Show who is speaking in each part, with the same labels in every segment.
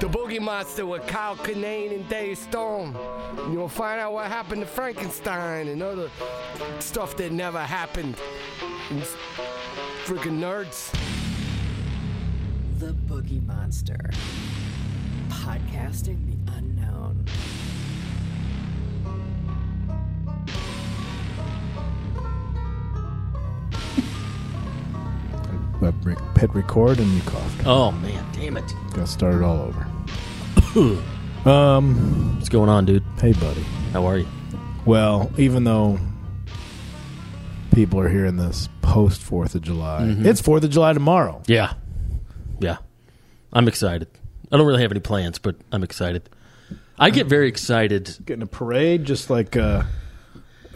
Speaker 1: The Boogie Monster with Kyle Kinane and Dave Storm. You'll find out what happened to Frankenstein and other stuff that never happened. These Freaking nerds.
Speaker 2: The Boogie Monster. Podcasting the unknown.
Speaker 3: I re- hit record and you coughed.
Speaker 4: Oh man, damn it!
Speaker 3: Got started all over. um,
Speaker 4: What's going on, dude?
Speaker 3: hey buddy.
Speaker 4: How are you?
Speaker 3: Well, even though people are hearing this post Fourth of July,
Speaker 4: Mm-hmm.
Speaker 3: it's Fourth of July tomorrow.
Speaker 4: Yeah, yeah. I'm excited. I don't really have any plans, but I'm excited. I get very excited.
Speaker 3: Getting a parade just like uh,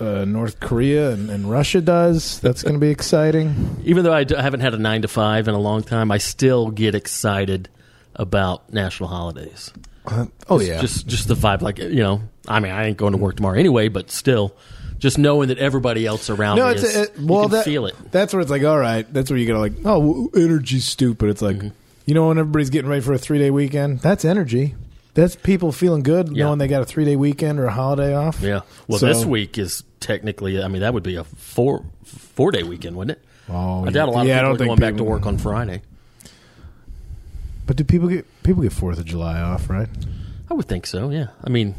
Speaker 3: uh, North Korea and, and Russia does. That's going to be exciting.
Speaker 4: Even though I d- I haven't had a nine to five in a long time, I still get excited about national holidays.
Speaker 3: Uh, oh yeah,
Speaker 4: Just, just the vibe, like you know. I mean, I ain't going to work tomorrow anyway, but still, just knowing that everybody else around
Speaker 3: no,
Speaker 4: me
Speaker 3: it's
Speaker 4: is,
Speaker 3: it, well
Speaker 4: you can
Speaker 3: that,
Speaker 4: feel it.
Speaker 3: That's where it's like, all right, that's where you gotta like, oh, energy's stupid. It's like,
Speaker 4: Mm-hmm.
Speaker 3: you know, when everybody's getting ready for a three day weekend, that's energy. That's people feeling good
Speaker 4: Yeah.
Speaker 3: knowing they got a three day weekend or a holiday off.
Speaker 4: Yeah. Well,
Speaker 3: So-
Speaker 4: this week is technically. I mean, that would be a four four day weekend, wouldn't it?
Speaker 3: Oh,
Speaker 4: I doubt a lot
Speaker 3: yeah, I don't
Speaker 4: of people are going
Speaker 3: think
Speaker 4: back to
Speaker 3: people-
Speaker 4: work on Friday.
Speaker 3: But do people get people get Fourth of July off? Right?
Speaker 4: I would think so. Yeah. I mean,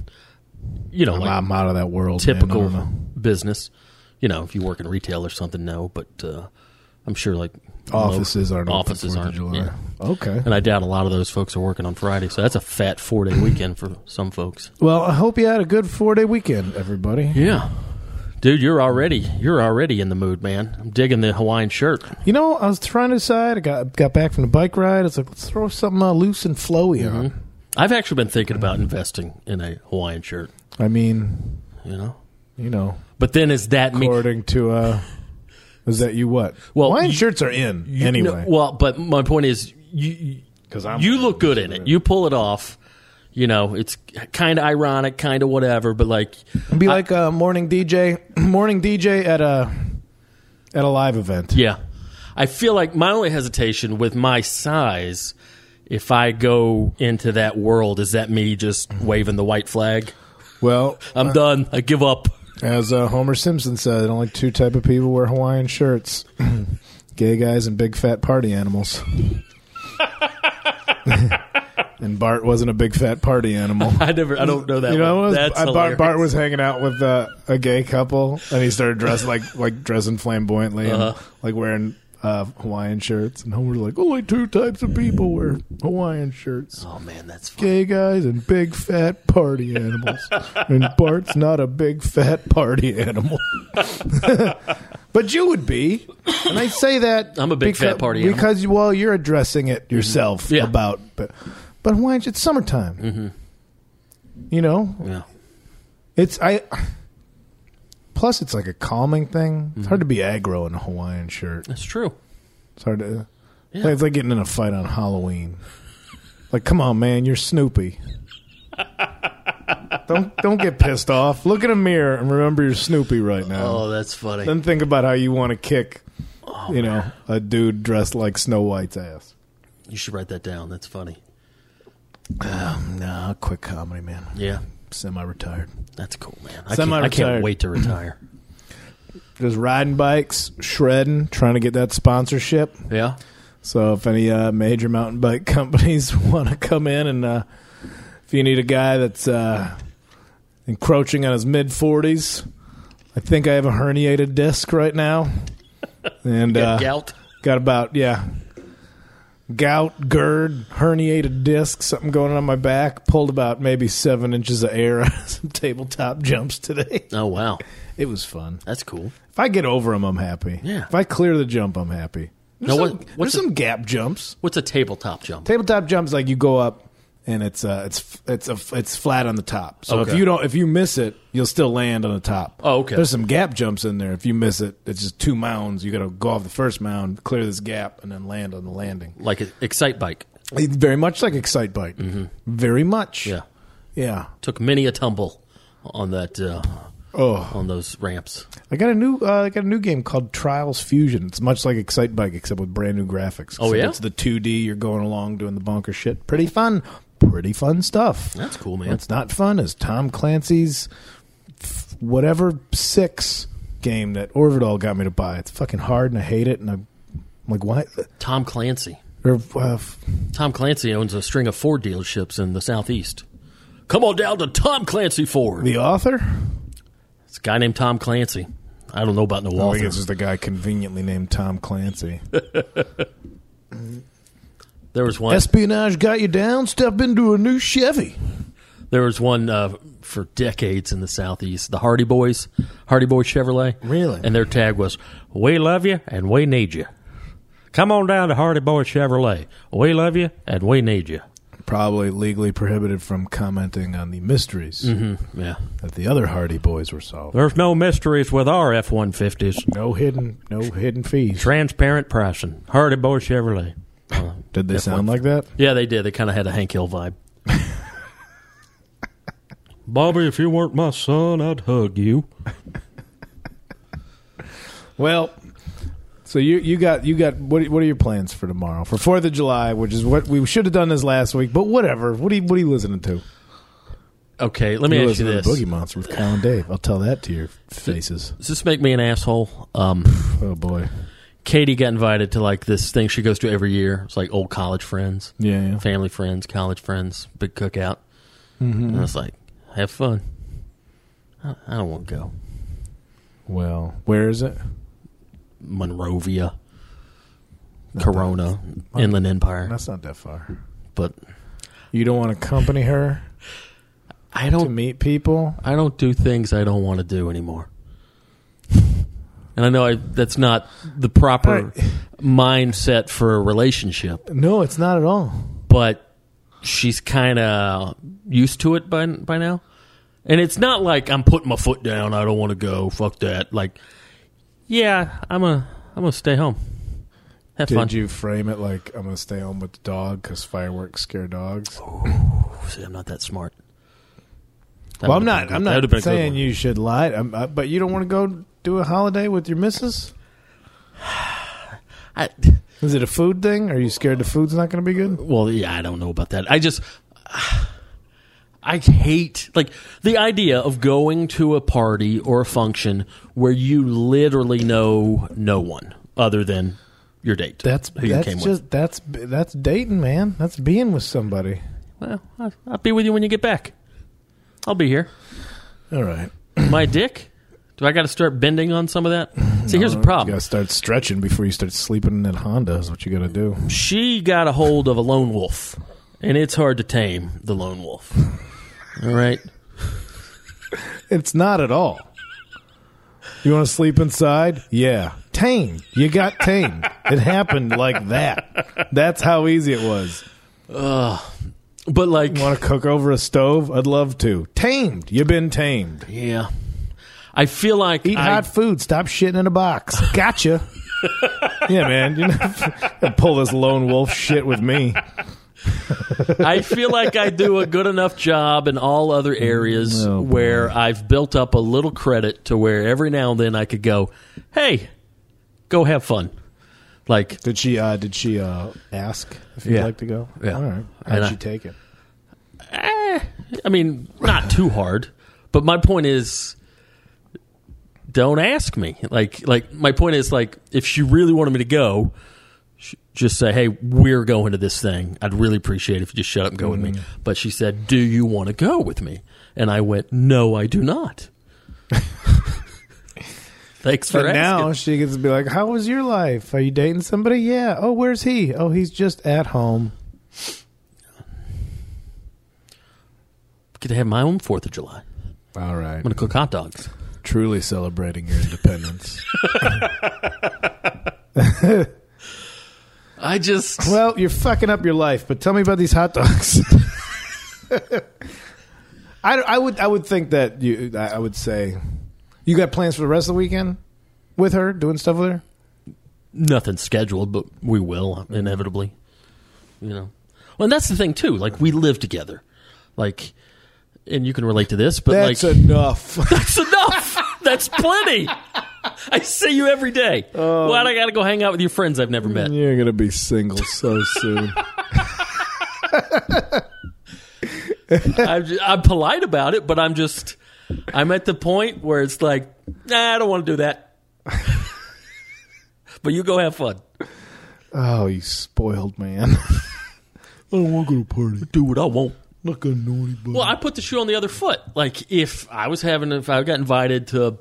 Speaker 4: you know,
Speaker 3: I'm,
Speaker 4: like
Speaker 3: I'm out of that world. man. I
Speaker 4: typical
Speaker 3: don't know.
Speaker 4: business. You know, if you work in retail or something, no. But uh, I'm sure like
Speaker 3: offices
Speaker 4: mo-
Speaker 3: aren't open
Speaker 4: offices
Speaker 3: 4th
Speaker 4: aren't.
Speaker 3: Of July.
Speaker 4: yeah.
Speaker 3: Okay.
Speaker 4: And I doubt a lot of those folks are working on Friday, so that's a fat four day weekend for some folks.
Speaker 3: Well, I hope you had a good four day weekend, everybody.
Speaker 4: Yeah. Dude, you're already you're already in the mood, man. I'm digging the Hawaiian shirt.
Speaker 3: You know, I was trying to decide. I got got back from the bike ride. It's like let's throw something uh, loose and flowy on.
Speaker 4: Hmm? I've actually been thinking about investing in a Hawaiian shirt,
Speaker 3: I mean,
Speaker 4: you know.
Speaker 3: you know,
Speaker 4: But then is that me
Speaker 3: according to uh, is that you what?
Speaker 4: Well,
Speaker 3: Hawaiian
Speaker 4: you-
Speaker 3: shirts are in
Speaker 4: you-
Speaker 3: anyway.
Speaker 4: no, well, but my point is you
Speaker 3: 'Cause I'm-
Speaker 4: you look good in it. You pull it off. You know, it's kind of ironic, kind of whatever, but like
Speaker 3: It'd be like a morning DJ, morning DJ at a at a live event.
Speaker 4: Yeah. I feel like my only hesitation with my size, if I go into that world, is that me just waving the white flag?
Speaker 3: Well,
Speaker 4: I'm done. I give up.
Speaker 3: as uh, Homer Simpson said, only two type of people wear Hawaiian shirts: gay guys and big fat party animals. and Bart wasn't a big fat party animal.
Speaker 4: I never. I don't know that.
Speaker 3: you know, what
Speaker 4: one.
Speaker 3: it was?
Speaker 4: That's
Speaker 3: I- Bart,
Speaker 4: hilarious.
Speaker 3: Bart was hanging out with uh, a gay couple, and he started dressing like like dressing flamboyantly and
Speaker 4: Uh-huh.
Speaker 3: like wearing uh, Hawaiian shirts. And Homer's like, only two types of people wear Hawaiian shirts:
Speaker 4: Oh man, that's funny.
Speaker 3: gay guys and big fat party animals. and Bart's not a big fat party animal, but you would be. And I say that
Speaker 4: I'm a big
Speaker 3: because,
Speaker 4: fat party animal.
Speaker 3: because well, you're addressing it yourself
Speaker 4: Yeah.
Speaker 3: about but but Hawaiian. It's summertime.
Speaker 4: Mm-hmm.
Speaker 3: You know,
Speaker 4: Yeah.
Speaker 3: it's I. Plus, it's like a calming thing. It's hard to be aggro in a Hawaiian shirt.
Speaker 4: That's true.
Speaker 3: It's hard to. It's like getting in a fight on Halloween. Like, come on, man, you're Snoopy. don't don't get pissed off. Look in a mirror and remember you're Snoopy right now.
Speaker 4: Oh, that's funny.
Speaker 3: Um, Then think about how you want to kick, you know, a dude dressed like Snow White's ass.
Speaker 4: You should write that down. That's funny.
Speaker 3: Nah, quick comedy, man.
Speaker 4: Yeah.
Speaker 3: Semi-retired.
Speaker 4: That's cool, man. I can't, I
Speaker 3: Semi-retired.
Speaker 4: can't wait to retire.
Speaker 3: Just riding bikes, shredding, trying to get that sponsorship.
Speaker 4: yeah.
Speaker 3: So if any uh, major mountain bike companies want to come in and uh, if you need a guy that's uh, encroaching on his mid 40s, I think I have a herniated disc right now. And
Speaker 4: Get
Speaker 3: uh,
Speaker 4: gout.
Speaker 3: got about, yeah, gout, GERD, herniated disc, something going on my back. Pulled about maybe seven inches of air out of some tabletop jumps today.
Speaker 4: Oh wow,
Speaker 3: It was fun.
Speaker 4: that's cool.
Speaker 3: If I get over them, I'm happy.
Speaker 4: Yeah.
Speaker 3: If I clear the jump, I'm happy. There's,
Speaker 4: Now,
Speaker 3: some,
Speaker 4: what-
Speaker 3: there's
Speaker 4: what's
Speaker 3: some gap jumps
Speaker 4: What's a tabletop jump?
Speaker 3: tabletop jumps like you go up and it's uh it's it's a, it's flat on the top. So if
Speaker 4: Okay.
Speaker 3: you don't if you miss it, you'll still land on the top.
Speaker 4: Oh, okay.
Speaker 3: There's some gap jumps in there. If you miss it, it's just two mounds. You got to go off the first mound, clear this gap, and then land on the landing.
Speaker 4: Like an excite bike.
Speaker 3: It's very much like Excite Bike. Very much.
Speaker 4: Mm-hmm. Yeah.
Speaker 3: Yeah.
Speaker 4: Took many a tumble on that. Uh,
Speaker 3: Oh,
Speaker 4: on those ramps.
Speaker 3: I got a new uh, I got a new game called Trials Fusion. It's much like Excite Bike except with brand new graphics. Except
Speaker 4: Oh, yeah?
Speaker 3: it's the 2D. You're going along doing the bonker shit. Pretty fun. Pretty fun stuff.
Speaker 4: That's cool, man.
Speaker 3: What's not fun is Tom Clancy's f- whatever six game that Orvidal got me to buy. It's fucking hard and I hate it and I'm like why
Speaker 4: Tom Clancy.
Speaker 3: or uh, f-
Speaker 4: Tom Clancy owns a string of Ford dealerships in the southeast. Come on down to Tom Clancy Ford.
Speaker 3: the author?
Speaker 4: It's a guy named Tom Clancy. I don't know about no
Speaker 3: I
Speaker 4: author.
Speaker 3: think it's just a guy conveniently named Tom Clancy.
Speaker 4: There was one.
Speaker 3: Espionage got you down. Step into a new Chevy.
Speaker 4: There was one uh, for decades in the southeast. The Hardy Boys, Hardy Boy Chevrolet.
Speaker 3: Really?
Speaker 4: And their tag was, "We love you and we need you." Come on down to Hardy Boy Chevrolet. We love you and we need you.
Speaker 3: Probably legally prohibited from commenting on the mysteries
Speaker 4: Yeah.
Speaker 3: that the other Hardy boys were solving.
Speaker 4: There's no mysteries with our F one fifties.
Speaker 3: No hidden, no hidden fees.
Speaker 4: Transparent pricing. Hardy Boy Chevrolet.
Speaker 3: Did they sound like that?
Speaker 4: Yeah, they did. They kind of had a Hank Hill vibe. Bobby, if you weren't my son, I'd hug you.
Speaker 3: Well, so you you got you got what are- what are your plans for tomorrow for Fourth of July, which is what we should have done this last week, but whatever. What are you, what are you listening to?
Speaker 4: Okay, let me
Speaker 3: You're
Speaker 4: ask you
Speaker 3: listening
Speaker 4: this.
Speaker 3: to Boogie Monster with Colin Dave. I'll tell that to your faces.
Speaker 4: Does this make me an asshole? Um,
Speaker 3: Oh boy,
Speaker 4: Katie got invited to like this thing she goes to every year. It's like old college friends,
Speaker 3: yeah, yeah.
Speaker 4: family friends, college friends, big cookout. And I was like, have fun. I I don't want to go.
Speaker 3: Well, where is it?
Speaker 4: Monrovia, Corona, Inland Empire.
Speaker 3: That's not that far.
Speaker 4: But
Speaker 3: You don't want to accompany her
Speaker 4: I
Speaker 3: to
Speaker 4: don't
Speaker 3: meet people.
Speaker 4: I don't do things I don't want to do anymore. And I know I, that's not the proper
Speaker 3: I-
Speaker 4: mindset for a relationship,
Speaker 3: No, it's not at all.
Speaker 4: but she's kind of used to it by by now. And it's not like I'm putting my foot down. I don't want to go. Fuck that. Like, yeah, I'm a I'm gonna stay home. Have
Speaker 3: Did
Speaker 4: fun.
Speaker 3: you frame it like I'm gonna stay home with the dog because fireworks scare dogs?
Speaker 4: See, I'm not that smart. That
Speaker 3: well, I'm
Speaker 4: would've been
Speaker 3: not.
Speaker 4: good-
Speaker 3: I'm
Speaker 4: that
Speaker 3: not
Speaker 4: would've been a good
Speaker 3: saying
Speaker 4: one.
Speaker 3: you should lie, I'm, I, but you don't want to go do a holiday with your missus.
Speaker 4: I,
Speaker 3: Is it a food thing? Are you scared the food's not going to be good?
Speaker 4: Well, yeah, I don't know about that. I just I hate like the idea of going to a party or a function where you literally know no one other than your date.
Speaker 3: That's
Speaker 4: who
Speaker 3: that's
Speaker 4: you came
Speaker 3: just that's that's dating, man. That's being with somebody.
Speaker 4: with. Well, I'll, I'll be with you when you get back. I'll be here.
Speaker 3: All right.
Speaker 4: My dick. Do I got to start bending on some of that? See, here's the problem.
Speaker 3: You got to start stretching before you start sleeping in that Honda. Is what you got to do.
Speaker 4: she got a hold of a lone wolf, and it's hard to tame the lone wolf. All right.
Speaker 3: It's not at all. You want to sleep inside? Yeah. Tame. You got tame. it happened like that. That's how easy it was.
Speaker 4: But like
Speaker 3: Want to cook over a stove? I'd love to. Tamed. You've been tamed.
Speaker 4: Yeah. I feel like
Speaker 3: Eat
Speaker 4: I,
Speaker 3: hot food. Stop shitting in a box. Gotcha. yeah, man. You're not gonna pull this lone wolf shit with me.
Speaker 4: I feel like I do a good enough job in all other areas
Speaker 3: Oh, boy.
Speaker 4: where I've built up a little credit to where every now and then I could go, "Hey, go have fun." Like
Speaker 3: Did she? uh Did she uh ask if you'd
Speaker 4: Yeah.
Speaker 3: like to go?
Speaker 4: Yeah.
Speaker 3: All right.
Speaker 4: And
Speaker 3: How'd
Speaker 4: I-
Speaker 3: she take it?
Speaker 4: I mean, not too hard, but my point is don't ask me. Like like my point is like if she really wanted me to go, sh- just say, "Hey, we're going to this thing. I'd really appreciate it if you just shut up and go with me."
Speaker 3: Mm-hmm.
Speaker 4: But she said, "Do you want to go with me?" And I went, "No, I do not." Thanks for
Speaker 3: But now
Speaker 4: asking.
Speaker 3: she gets to be like, "How was your life? Are you dating somebody? Yeah. Oh, where's he? Oh, he's just at home.
Speaker 4: Get to have my own 4th of July. I'm
Speaker 3: All right.
Speaker 4: going to cook hot dogs.
Speaker 3: Truly celebrating your independence.
Speaker 4: I just
Speaker 3: well, you're fucking up your life. But tell me about these hot dogs. I, I would I would think that you I I would say you got plans for the rest of the weekend with her doing stuff with her.
Speaker 4: nothing scheduled, but we will inevitably. You know, well, and that's the thing too. Like we live together, like, and you can relate to this, but
Speaker 3: That's
Speaker 4: like
Speaker 3: enough.
Speaker 4: that's enough. That's plenty. I see you every day. Why'd I gotta go hang out with your friends I've never met?
Speaker 3: You're gonna be single so soon.
Speaker 4: I'm, ju- I'm polite about it, but I'm just I'm at the point where it's like, nah, I don't want to do that. but you go have fun.
Speaker 3: oh, you spoiled man. I don't want to go to a party.
Speaker 4: Do what I want.
Speaker 3: not gonna know anybody.
Speaker 4: Well, I put the shoe on the other foot. Like if I was having, if I got invited to,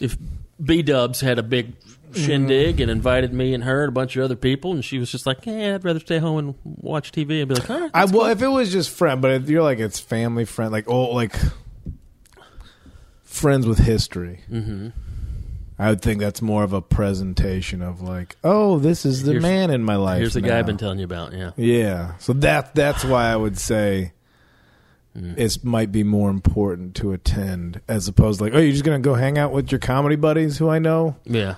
Speaker 4: if B Dubs had a big shindig and invited me and her and a bunch of other people, and she was just like, "Yeah, I'd rather stay home and watch TV," and be like, "All right."
Speaker 3: I well, if it was just friend, but if you're like it's family friend, like oh, like friends with history. Mm-hmm. I would think that's more of a presentation of like, oh, this is the
Speaker 4: Here's-
Speaker 3: man in my life.
Speaker 4: Here's the guy I've
Speaker 3: now.
Speaker 4: been telling you about. Yeah,
Speaker 3: Yeah, so that that's why I would say
Speaker 4: Mm.
Speaker 3: it might be more important to attend as opposed to like, oh, you're just gonna go hang out with your comedy buddies who I know.
Speaker 4: yeah.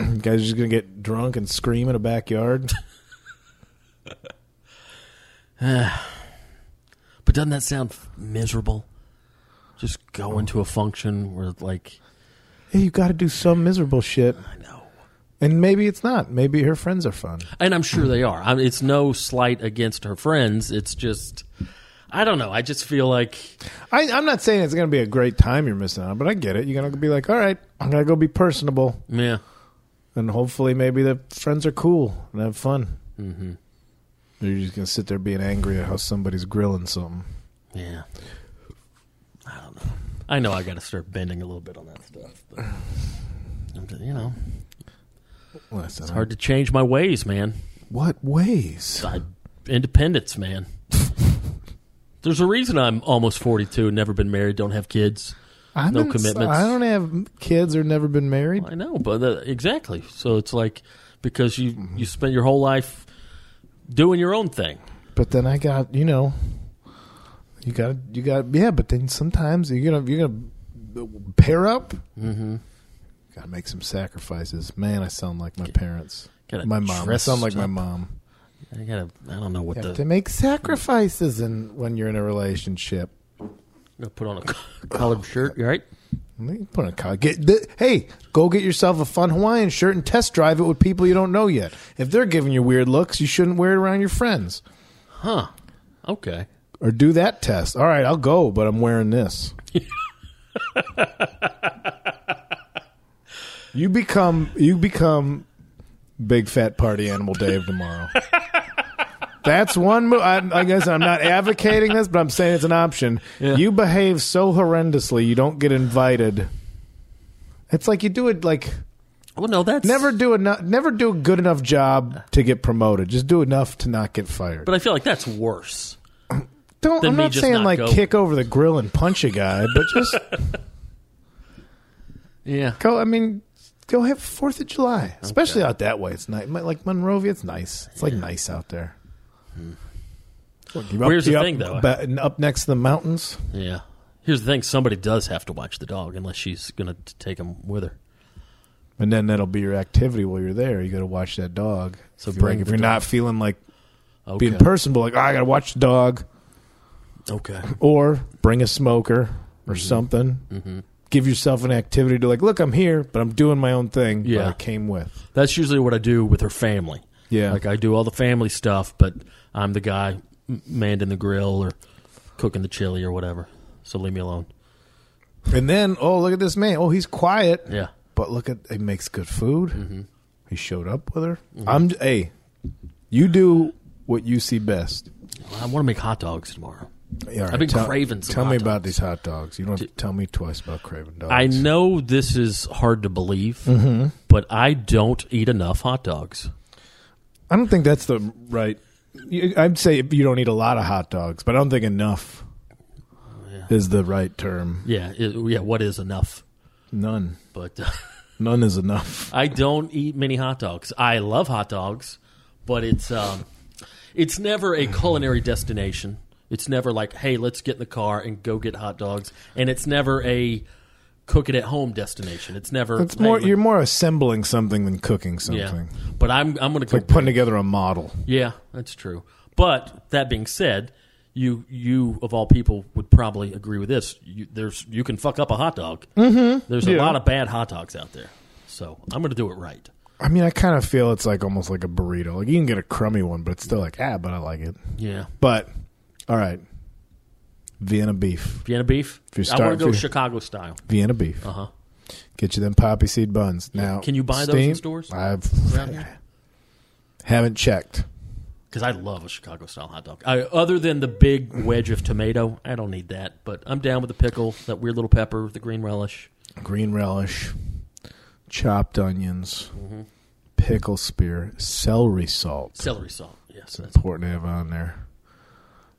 Speaker 3: You guys are just gonna get drunk and scream in a backyard.
Speaker 4: But doesn't that sound miserable? Just going to a function where, like,
Speaker 3: hey, you got to do some miserable shit,
Speaker 4: I know,
Speaker 3: and maybe it's not. Maybe her friends are fun.
Speaker 4: and I'm sure they are. I mean, it's no slight against her friends. It's just, I don't know. I just feel like
Speaker 3: I, I'm not saying it's going to be a great time you're missing out, on, but I get it. You're going to be like, all right, I'm going to go be personable,
Speaker 4: yeah.
Speaker 3: and hopefully maybe the friends are cool and have fun. Mm-hmm. You're just going to sit there being angry at how somebody's grilling something.
Speaker 4: Yeah. I don't know. I know I got to start bending a little bit on that stuff. But I'm just- you know,
Speaker 3: Listen,
Speaker 4: it's hard to change my ways, man.
Speaker 3: What ways?
Speaker 4: I, independence, man. There's a reason I'm almost 42 and never been married, don't have kids.
Speaker 3: I'm
Speaker 4: no
Speaker 3: in-
Speaker 4: commitments.
Speaker 3: I don't have kids or never been married.
Speaker 4: I know, but uh, exactly. So it's like because you you spent your whole life doing your own thing.
Speaker 3: But then I got, you know, you got, you got, yeah. But then sometimes you're gonna, you're gonna pair up. Mm-hmm. Got to make some sacrifices. Man, I sound like my parents.
Speaker 4: Gotta
Speaker 3: my mom. I
Speaker 4: dress
Speaker 3: sound like my
Speaker 4: up.
Speaker 3: mom.
Speaker 4: I gotta. I don't know what
Speaker 3: You have to
Speaker 4: the
Speaker 3: make sacrifices in, when you're in a relationship.
Speaker 4: gonna put on a collared shirt, you right?
Speaker 3: You Put on a collar. Get the, hey, go get yourself a fun Hawaiian shirt and test drive it with people you don't know yet. If they're giving you weird looks, you shouldn't wear it around your friends.
Speaker 4: Huh? Okay.
Speaker 3: Or do that test. All right, I'll go, but I'm wearing this. you become you become big fat party animal Dave tomorrow. That's one move. I, I guess I'm not advocating this, but I'm saying it's an option.
Speaker 4: Yeah.
Speaker 3: You behave so horrendously, you don't get invited. It's like you do it like
Speaker 4: Well, no, that's
Speaker 3: never do enough. Never do a good enough job to get promoted. Just do enough to not get fired.
Speaker 4: But I feel like that's worse.
Speaker 3: Don't.
Speaker 4: than
Speaker 3: I'm
Speaker 4: me
Speaker 3: not
Speaker 4: just
Speaker 3: saying
Speaker 4: not
Speaker 3: like
Speaker 4: go.
Speaker 3: kick over the grill and punch a guy, but just
Speaker 4: Yeah.
Speaker 3: go. I mean, go have Fourth of July, especially out that way. It's nice. Like Monrovia, it's nice. It's like nice out there. Look, you're up-
Speaker 4: Hmm. Here's the
Speaker 3: you're
Speaker 4: thing, though.
Speaker 3: up, ba- up next to the mountains.
Speaker 4: Yeah. Here's the thing: somebody does have to watch the dog, unless she's gonna t- take him with her.
Speaker 3: And then that'll be your activity while you're there. You got to watch that dog.
Speaker 4: So
Speaker 3: if you're,
Speaker 4: bring
Speaker 3: like, if
Speaker 4: the
Speaker 3: you're
Speaker 4: dog.
Speaker 3: not feeling like
Speaker 4: Okay.
Speaker 3: being personable, like "Oh, I got to watch the dog,
Speaker 4: okay.
Speaker 3: or bring a smoker
Speaker 4: Mm-hmm.
Speaker 3: or something. Give yourself an activity to like, look, I'm here, but I'm doing my own thing. but
Speaker 4: Yeah.
Speaker 3: I came with.
Speaker 4: That's usually what I do with her family.
Speaker 3: Yeah.
Speaker 4: Like I do all the family stuff, but I'm the guy m- manning the grill or cooking the chili or whatever. So leave me alone.
Speaker 3: And then, oh, look at this man. Oh, he's quiet.
Speaker 4: Yeah. Mm-hmm.
Speaker 3: But look at he makes good food. He showed up with her. I'm hey, you do what you see best.
Speaker 4: I want to make hot dogs tomorrow.
Speaker 3: Yeah, all
Speaker 4: I've been craving some
Speaker 3: Tell
Speaker 4: hot
Speaker 3: me
Speaker 4: dogs.
Speaker 3: about these hot dogs. You don't have to tell me twice about craving dogs.
Speaker 4: I know this is hard to believe, but I don't eat enough hot dogs.
Speaker 3: I don't think that's the right. you- I'd say you don't eat a lot of hot dogs, but I don't think enough is the right term.
Speaker 4: Yeah, it, yeah. What is enough?
Speaker 3: None.
Speaker 4: But uh,
Speaker 3: None is enough.
Speaker 4: I don't eat many hot dogs. I love hot dogs, but it's um, it's never a culinary destination. It's never like, hey, let's get in the car and go get hot dogs, and it's never a cook it at home destination. It's never.
Speaker 3: It's more.
Speaker 4: hey,
Speaker 3: You're more assembling something than cooking
Speaker 4: yeah.
Speaker 3: something.
Speaker 4: But I'm I'm gonna go.
Speaker 3: Like putting together a model.
Speaker 4: yeah, that's true. But that being said, you you of all people would probably agree with this. You, there's you can fuck up a hot dog. Mm-hmm. There's a
Speaker 3: Yeah.
Speaker 4: lot of bad hot dogs out there, so I'm going to do it right.
Speaker 3: I mean, I kind of feel it's like almost like a burrito. Like you can get a crummy one, but it's still like ah, but I like it.
Speaker 4: Yeah,
Speaker 3: But all right, Vienna beef,
Speaker 4: Vienna beef.
Speaker 3: If you
Speaker 4: I
Speaker 3: start-
Speaker 4: want
Speaker 3: if
Speaker 4: to go
Speaker 3: you-
Speaker 4: Chicago style.
Speaker 3: Vienna beef.
Speaker 4: Uh huh.
Speaker 3: Get you them poppy seed buns. Now,
Speaker 4: Can you buy those in
Speaker 3: steam-
Speaker 4: stores
Speaker 3: I've
Speaker 4: around here?
Speaker 3: haven't checked.
Speaker 4: Because I love a Chicago style hot dog. I, other than the big wedge of tomato, I don't need that. But I'm down with the pickle, that weird little pepper, the green relish.
Speaker 3: Green relish, chopped onions,
Speaker 4: Mm-hmm.
Speaker 3: pickle spear, celery salt.
Speaker 4: Celery salt. Yes.
Speaker 3: It's
Speaker 4: That's,
Speaker 3: important to have on there.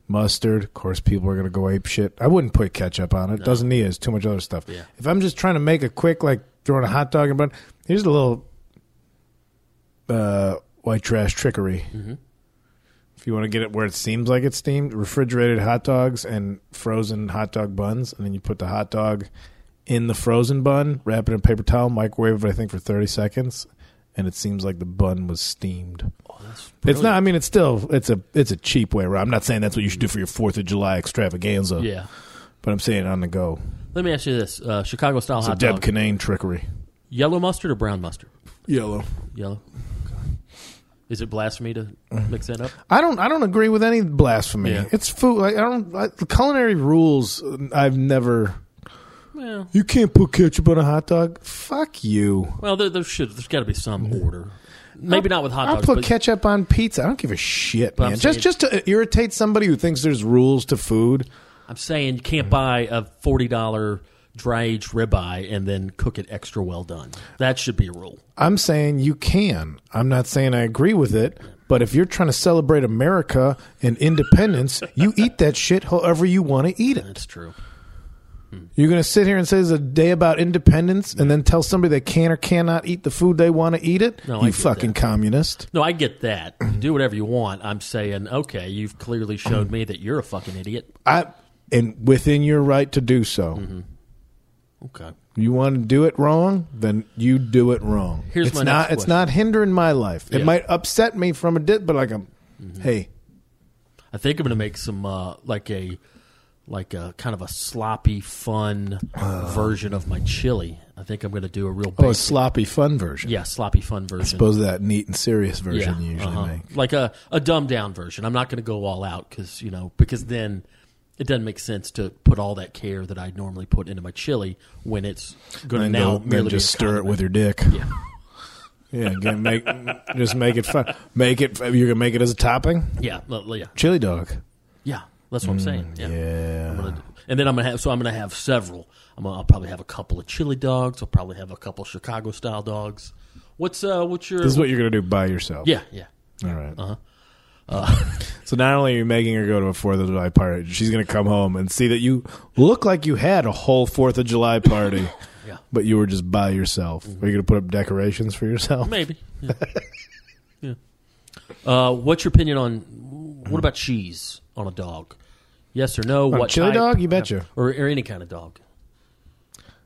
Speaker 3: Mustard, of course, people are going to go ape shit. I wouldn't put ketchup on it. Doesn't need it. It's too much other stuff.
Speaker 4: Yeah.
Speaker 3: If I'm just trying to make a quick, like throwing a hot dog in a bun, here's a little uh, white trash trickery.
Speaker 4: Mm-hmm.
Speaker 3: If you want to get it where it seems like it's steamed, refrigerated hot dogs and frozen hot dog buns, and then you put the hot dog in the frozen bun, wrap it in a paper towel, microwave it, I think, for 30 seconds, and it seems like the bun was steamed.
Speaker 4: oh, that's
Speaker 3: It's not. I
Speaker 4: brilliant.
Speaker 3: mean, it's still. It's a. It's a cheap way around. I'm not saying that's what you should do for your Fourth of July extravaganza.
Speaker 4: Yeah.
Speaker 3: But I'm saying on the go.
Speaker 4: Let me ask you this uh, Chicago style
Speaker 3: It's a
Speaker 4: hot
Speaker 3: Deb
Speaker 4: dog.
Speaker 3: Canane trickery.
Speaker 4: Yellow mustard or brown mustard?
Speaker 3: Yellow.
Speaker 4: Yellow. Is it blasphemy to mix that up?
Speaker 3: I don't. I don't agree with any blasphemy.
Speaker 4: Yeah.
Speaker 3: It's food. Like, I don't. I, the culinary rules. uh, I've never. Mm.
Speaker 4: Well,
Speaker 3: You can't put ketchup on a hot dog. Fuck you.
Speaker 4: well there, there should. There's got to be some order. Maybe not with hot
Speaker 3: Mm. I'll
Speaker 4: dogs.
Speaker 3: put
Speaker 4: but
Speaker 3: ketchup on pizza. I don't give a shit,
Speaker 4: But I'm
Speaker 3: man. Just
Speaker 4: saying-
Speaker 3: just to irritate somebody who thinks there's rules to food.
Speaker 4: I'm saying you can't buy a $40 dry aged ribeye and then cook it extra well done. That should be a rule.
Speaker 3: I'm saying you can. I'm not saying I agree with it, but if you're trying to celebrate America and independence, you eat that shit however you want to eat it.
Speaker 4: That's true.
Speaker 3: You're going to sit here and say it's a day about independence and then tell somebody they can or cannot eat the food they want to eat it?
Speaker 4: No, I
Speaker 3: you
Speaker 4: get
Speaker 3: fucking communist.
Speaker 4: No, I get that. Do whatever you want. I'm saying, okay, you've clearly showed me that you're a fucking idiot.
Speaker 3: I and within your right to do so.
Speaker 4: Mm-hmm. Okay.
Speaker 3: You want to do it wrong, then you do it wrong.
Speaker 4: Here's
Speaker 3: it's
Speaker 4: my
Speaker 3: not
Speaker 4: next
Speaker 3: it's not hindering my life. It
Speaker 4: Yeah. Mm-hmm.
Speaker 3: might upset me from a dip, but like I'm hey,
Speaker 4: I think I'm going to make some uh, like a like a kind of a sloppy fun version of my chili. I think I'm going to do a real basic,
Speaker 3: oh, a sloppy fun version.
Speaker 4: yeah, sloppy fun version.
Speaker 3: suppose that neat and serious version
Speaker 4: yeah,
Speaker 3: you usually
Speaker 4: uh-huh.
Speaker 3: make.
Speaker 4: Like a a dumbed down version. I'm not going to go all out cuz you know because then it doesn't make sense to put all that care that I normally put into my chili when it's going to
Speaker 3: And
Speaker 4: now
Speaker 3: now
Speaker 4: merely
Speaker 3: then
Speaker 4: be
Speaker 3: just
Speaker 4: a
Speaker 3: stir it
Speaker 4: condiment.
Speaker 3: with your dick.
Speaker 4: Yeah.
Speaker 3: Yeah, you can make just make it fun. Make it. You're gonna make it as a topping.
Speaker 4: yeah, well, yeah.
Speaker 3: Chili dog.
Speaker 4: Yeah, that's what I'm saying. Yeah.
Speaker 3: Mm, yeah.
Speaker 4: I'm gonna do- and then I'm gonna have so I'm gonna have several. I'm gonna, I'll probably have a couple of chili dogs. I'll probably have a couple Chicago style dogs. What's uh? What's your?
Speaker 3: This is what you're gonna do by yourself.
Speaker 4: yeah, yeah.
Speaker 3: All right. Uh-huh. so not only are you making her go to a Fourth of July party, she's gonna come home and see that you look like you had a whole Fourth of July party,
Speaker 4: Yeah. Mm-hmm.
Speaker 3: but you were just by yourself. Are you gonna put up decorations for yourself?
Speaker 4: Maybe. Yeah. Yeah. Uh, what's your opinion on what about cheese on a dog? Yes or no?
Speaker 3: a
Speaker 4: what
Speaker 3: chili
Speaker 4: type?
Speaker 3: dog? You betcha.
Speaker 4: Or, or any kind of dog.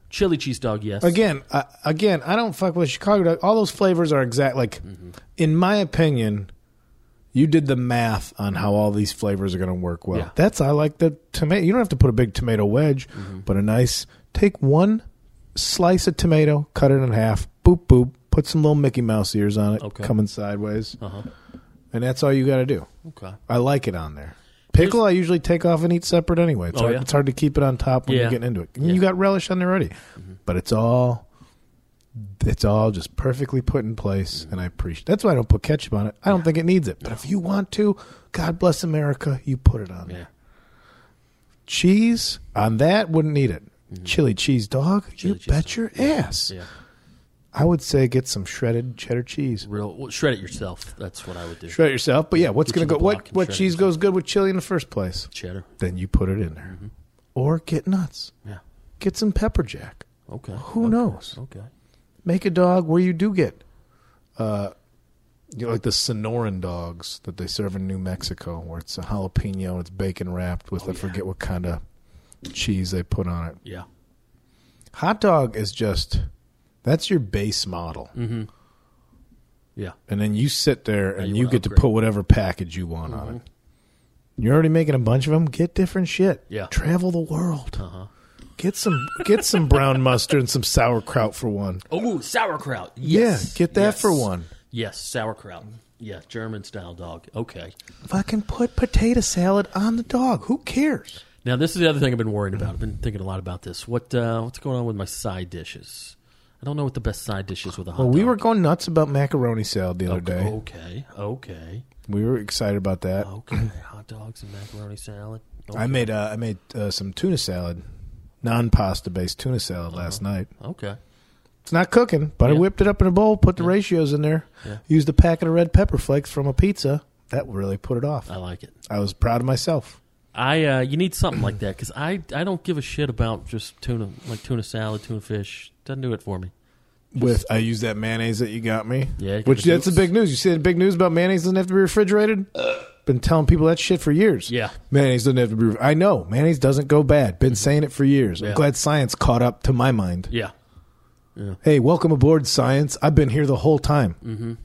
Speaker 4: Chili cheese dog, yes.
Speaker 3: Again, I, again, I don't fuck with Chicago dog. All those flavors are exact. Like,
Speaker 4: Mm-hmm.
Speaker 3: in my opinion, you did the math on how all these flavors are going to work well.
Speaker 4: Yeah.
Speaker 3: That's I like the tomato. You don't have to put a big tomato wedge,
Speaker 4: Mm-hmm.
Speaker 3: but a nice take one slice of tomato, cut it in half, boop boop, put some little Mickey Mouse ears on it,
Speaker 4: Okay.
Speaker 3: coming sideways,
Speaker 4: Uh huh.
Speaker 3: and that's all you got to do.
Speaker 4: Okay.
Speaker 3: I like it on there. Pickle, I usually take off and eat separate anyway. It's,
Speaker 4: Oh,
Speaker 3: hard,
Speaker 4: yeah?
Speaker 3: it's hard to keep it on top when
Speaker 4: Yeah.
Speaker 3: you're getting into it. And
Speaker 4: Yeah. Mm-hmm.
Speaker 3: You got relish on there already, but it's all it's all just perfectly put in place,
Speaker 4: Mm-hmm.
Speaker 3: and I appreciate. That's why I don't put ketchup on it. I don't think it needs it, but if you want to, God bless America, you put it on
Speaker 4: Yeah.
Speaker 3: there. Cheese on that wouldn't need it. Chili cheese dog, you
Speaker 4: Mm-hmm. Chili cheese
Speaker 3: bet
Speaker 4: dog.
Speaker 3: your ass.
Speaker 4: Yeah.
Speaker 3: I would say get some shredded cheddar cheese.
Speaker 4: Real. Well, shred it yourself. That's what I would do.
Speaker 3: Shred it yourself, but yeah, what's
Speaker 4: Get you
Speaker 3: gonna go?
Speaker 4: the
Speaker 3: What
Speaker 4: block and
Speaker 3: what
Speaker 4: shred it
Speaker 3: cheese goes good with chili in the first place?
Speaker 4: Cheddar.
Speaker 3: then you put it in there. Or get nuts.
Speaker 4: Yeah.
Speaker 3: Get some pepper jack.
Speaker 4: Okay.
Speaker 3: Who
Speaker 4: okay.
Speaker 3: knows?
Speaker 4: Okay.
Speaker 3: Make a dog where you do get uh you know, like the Sonoran dogs that they serve in New Mexico where it's a jalapeno and it's bacon wrapped with I forget what kind of cheese they put on it.
Speaker 4: Yeah.
Speaker 3: Hot dog is just that's your base model.
Speaker 4: Yeah.
Speaker 3: And then you sit there and
Speaker 4: you
Speaker 3: you,
Speaker 4: wanna
Speaker 3: get to
Speaker 4: upgrade. Mm-hmm.
Speaker 3: put whatever package you want on it. You're already making a bunch of them. Get different shit.
Speaker 4: Yeah.
Speaker 3: Travel the world. Uh-huh. Get some get some brown mustard and some sauerkraut for one.
Speaker 4: Oh, sauerkraut. Yes.
Speaker 3: Yeah, get that
Speaker 4: Yes.
Speaker 3: for one.
Speaker 4: Yes, sauerkraut. Yeah, German style dog. Okay.
Speaker 3: Fucking put potato salad on the dog. Who cares?
Speaker 4: Now this is the other thing I've been worried about. I've been thinking a lot about this. What uh, what's going on with my side dishes? I don't know what the best side dish is with a hot
Speaker 3: Well, we
Speaker 4: dog.
Speaker 3: were going nuts about macaroni salad the other day.
Speaker 4: Okay, okay,
Speaker 3: We were excited about that.
Speaker 4: okay. hot dogs and macaroni salad. Okay.
Speaker 3: I made uh, I made uh, some tuna salad, non pasta based tuna salad last
Speaker 4: Uh-huh.
Speaker 3: night.
Speaker 4: okay.
Speaker 3: It's not cooking, but I
Speaker 4: Yeah.
Speaker 3: whipped it up in a bowl, put the ratios in there,
Speaker 4: Yeah.
Speaker 3: used a packet of red pepper flakes from a pizza. That really put it off.
Speaker 4: I like it.
Speaker 3: I was proud of myself.
Speaker 4: I uh, you need something like that because I I don't give a shit about just tuna like tuna salad, tuna fish. Doesn't do it for me.
Speaker 3: With I used that mayonnaise that you got me.
Speaker 4: Yeah,
Speaker 3: which
Speaker 4: give it
Speaker 3: that's the
Speaker 4: to-
Speaker 3: big news. You see the big news about mayonnaise doesn't have to be refrigerated. Uh. Been telling people that shit for years.
Speaker 4: Yeah.
Speaker 3: mayonnaise doesn't have to be. I know mayonnaise doesn't go bad. Been saying it for years.
Speaker 4: Yeah.
Speaker 3: I'm glad science caught up to my mind.
Speaker 4: Yeah,
Speaker 3: Hey, welcome aboard, science. I've been here the whole time.
Speaker 4: Mm.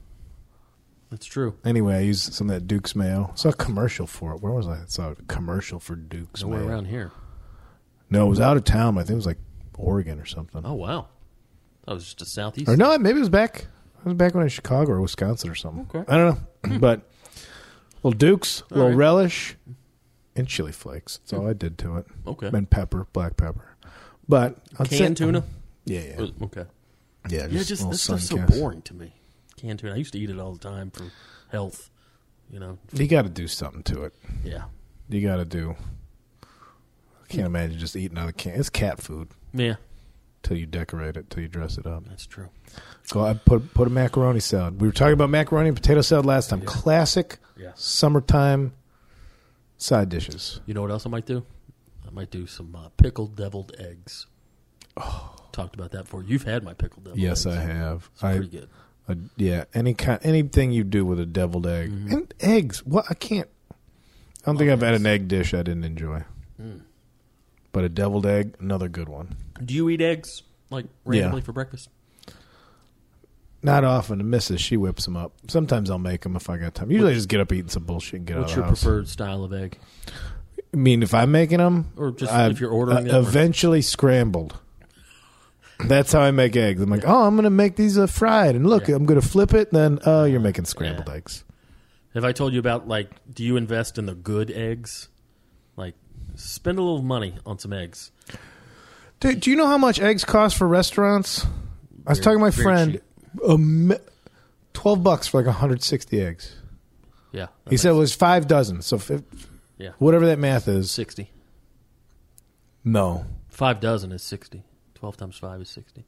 Speaker 4: that's true.
Speaker 3: Anyway, I used some of that Duke's mayo. I saw a commercial for it. Where was I? I saw a commercial for Duke's
Speaker 4: Somewhere
Speaker 3: mayo.
Speaker 4: around here.
Speaker 3: No, it was out of town. I think it was like Oregon or something.
Speaker 4: Oh wow, that was just a southeast.
Speaker 3: Or no, maybe it was back. It was back when I was in Chicago or Wisconsin or something.
Speaker 4: Okay.
Speaker 3: I don't know, but little Duke's, little
Speaker 4: right.
Speaker 3: relish, and chili flakes. That's all I did to it.
Speaker 4: Okay.
Speaker 3: and pepper, black pepper. But I'd
Speaker 4: Canned
Speaker 3: say-
Speaker 4: tuna.
Speaker 3: Yeah, yeah,
Speaker 4: Okay.
Speaker 3: yeah. Just
Speaker 4: Yeah, just
Speaker 3: little
Speaker 4: this stuff's so
Speaker 3: sun-kissed.
Speaker 4: boring to me. Canned tuna. I used to eat it all the time for health. You know.
Speaker 3: You got to do something to it.
Speaker 4: Yeah.
Speaker 3: You got to do. I can't imagine just eating out of can. It's cat food
Speaker 4: Yeah,
Speaker 3: till you decorate it, till you dress it up.
Speaker 4: that's true.
Speaker 3: So I put put a macaroni salad. We were talking about macaroni and potato salad last time. Classic
Speaker 4: Yeah.
Speaker 3: summertime side dishes.
Speaker 4: You know what else I might do? I might do some uh, pickled deviled eggs. Oh. Talked about that before. You've had my pickled deviled
Speaker 3: Yes, I
Speaker 4: eggs.
Speaker 3: have.
Speaker 4: It's
Speaker 3: I,
Speaker 4: pretty good.
Speaker 3: I yeah. Any kind, anything you do with a deviled egg
Speaker 4: Mm-hmm.
Speaker 3: and eggs. What I can't. I don't think I've had an egg dish I didn't enjoy. But a deviled egg, another good one.
Speaker 4: Hmm. Do you eat eggs like randomly for breakfast?
Speaker 3: Not often. The missus she whips them up. Sometimes I'll make them if I got time. Usually I just get up eating some bullshit and get out
Speaker 4: What's
Speaker 3: of
Speaker 4: your
Speaker 3: the house.
Speaker 4: preferred style of egg?
Speaker 3: I mean, if I'm making them,
Speaker 4: Or just if you're ordering them or-
Speaker 3: eventually scrambled. That's how I make eggs. I'm like, oh, I'm gonna make these uh, fried, and look,
Speaker 4: Yeah.
Speaker 3: I'm gonna flip it. And then, oh, you're making scrambled
Speaker 4: Yeah.
Speaker 3: eggs.
Speaker 4: Have I told you about like? Do you invest in the good eggs? Like, spend a little money on some eggs.
Speaker 3: Dude, do you know how much eggs cost for restaurants? I was
Speaker 4: Very-
Speaker 3: talking to my
Speaker 4: very
Speaker 3: friend,
Speaker 4: cheap.
Speaker 3: um, twelve bucks for like 160 eggs.
Speaker 4: Yeah,
Speaker 3: He said it was five dozen, so fif-
Speaker 4: Yeah.
Speaker 3: whatever that math is.
Speaker 4: sixty.
Speaker 3: No,
Speaker 4: Five dozen is sixty. Twelve times five is sixty.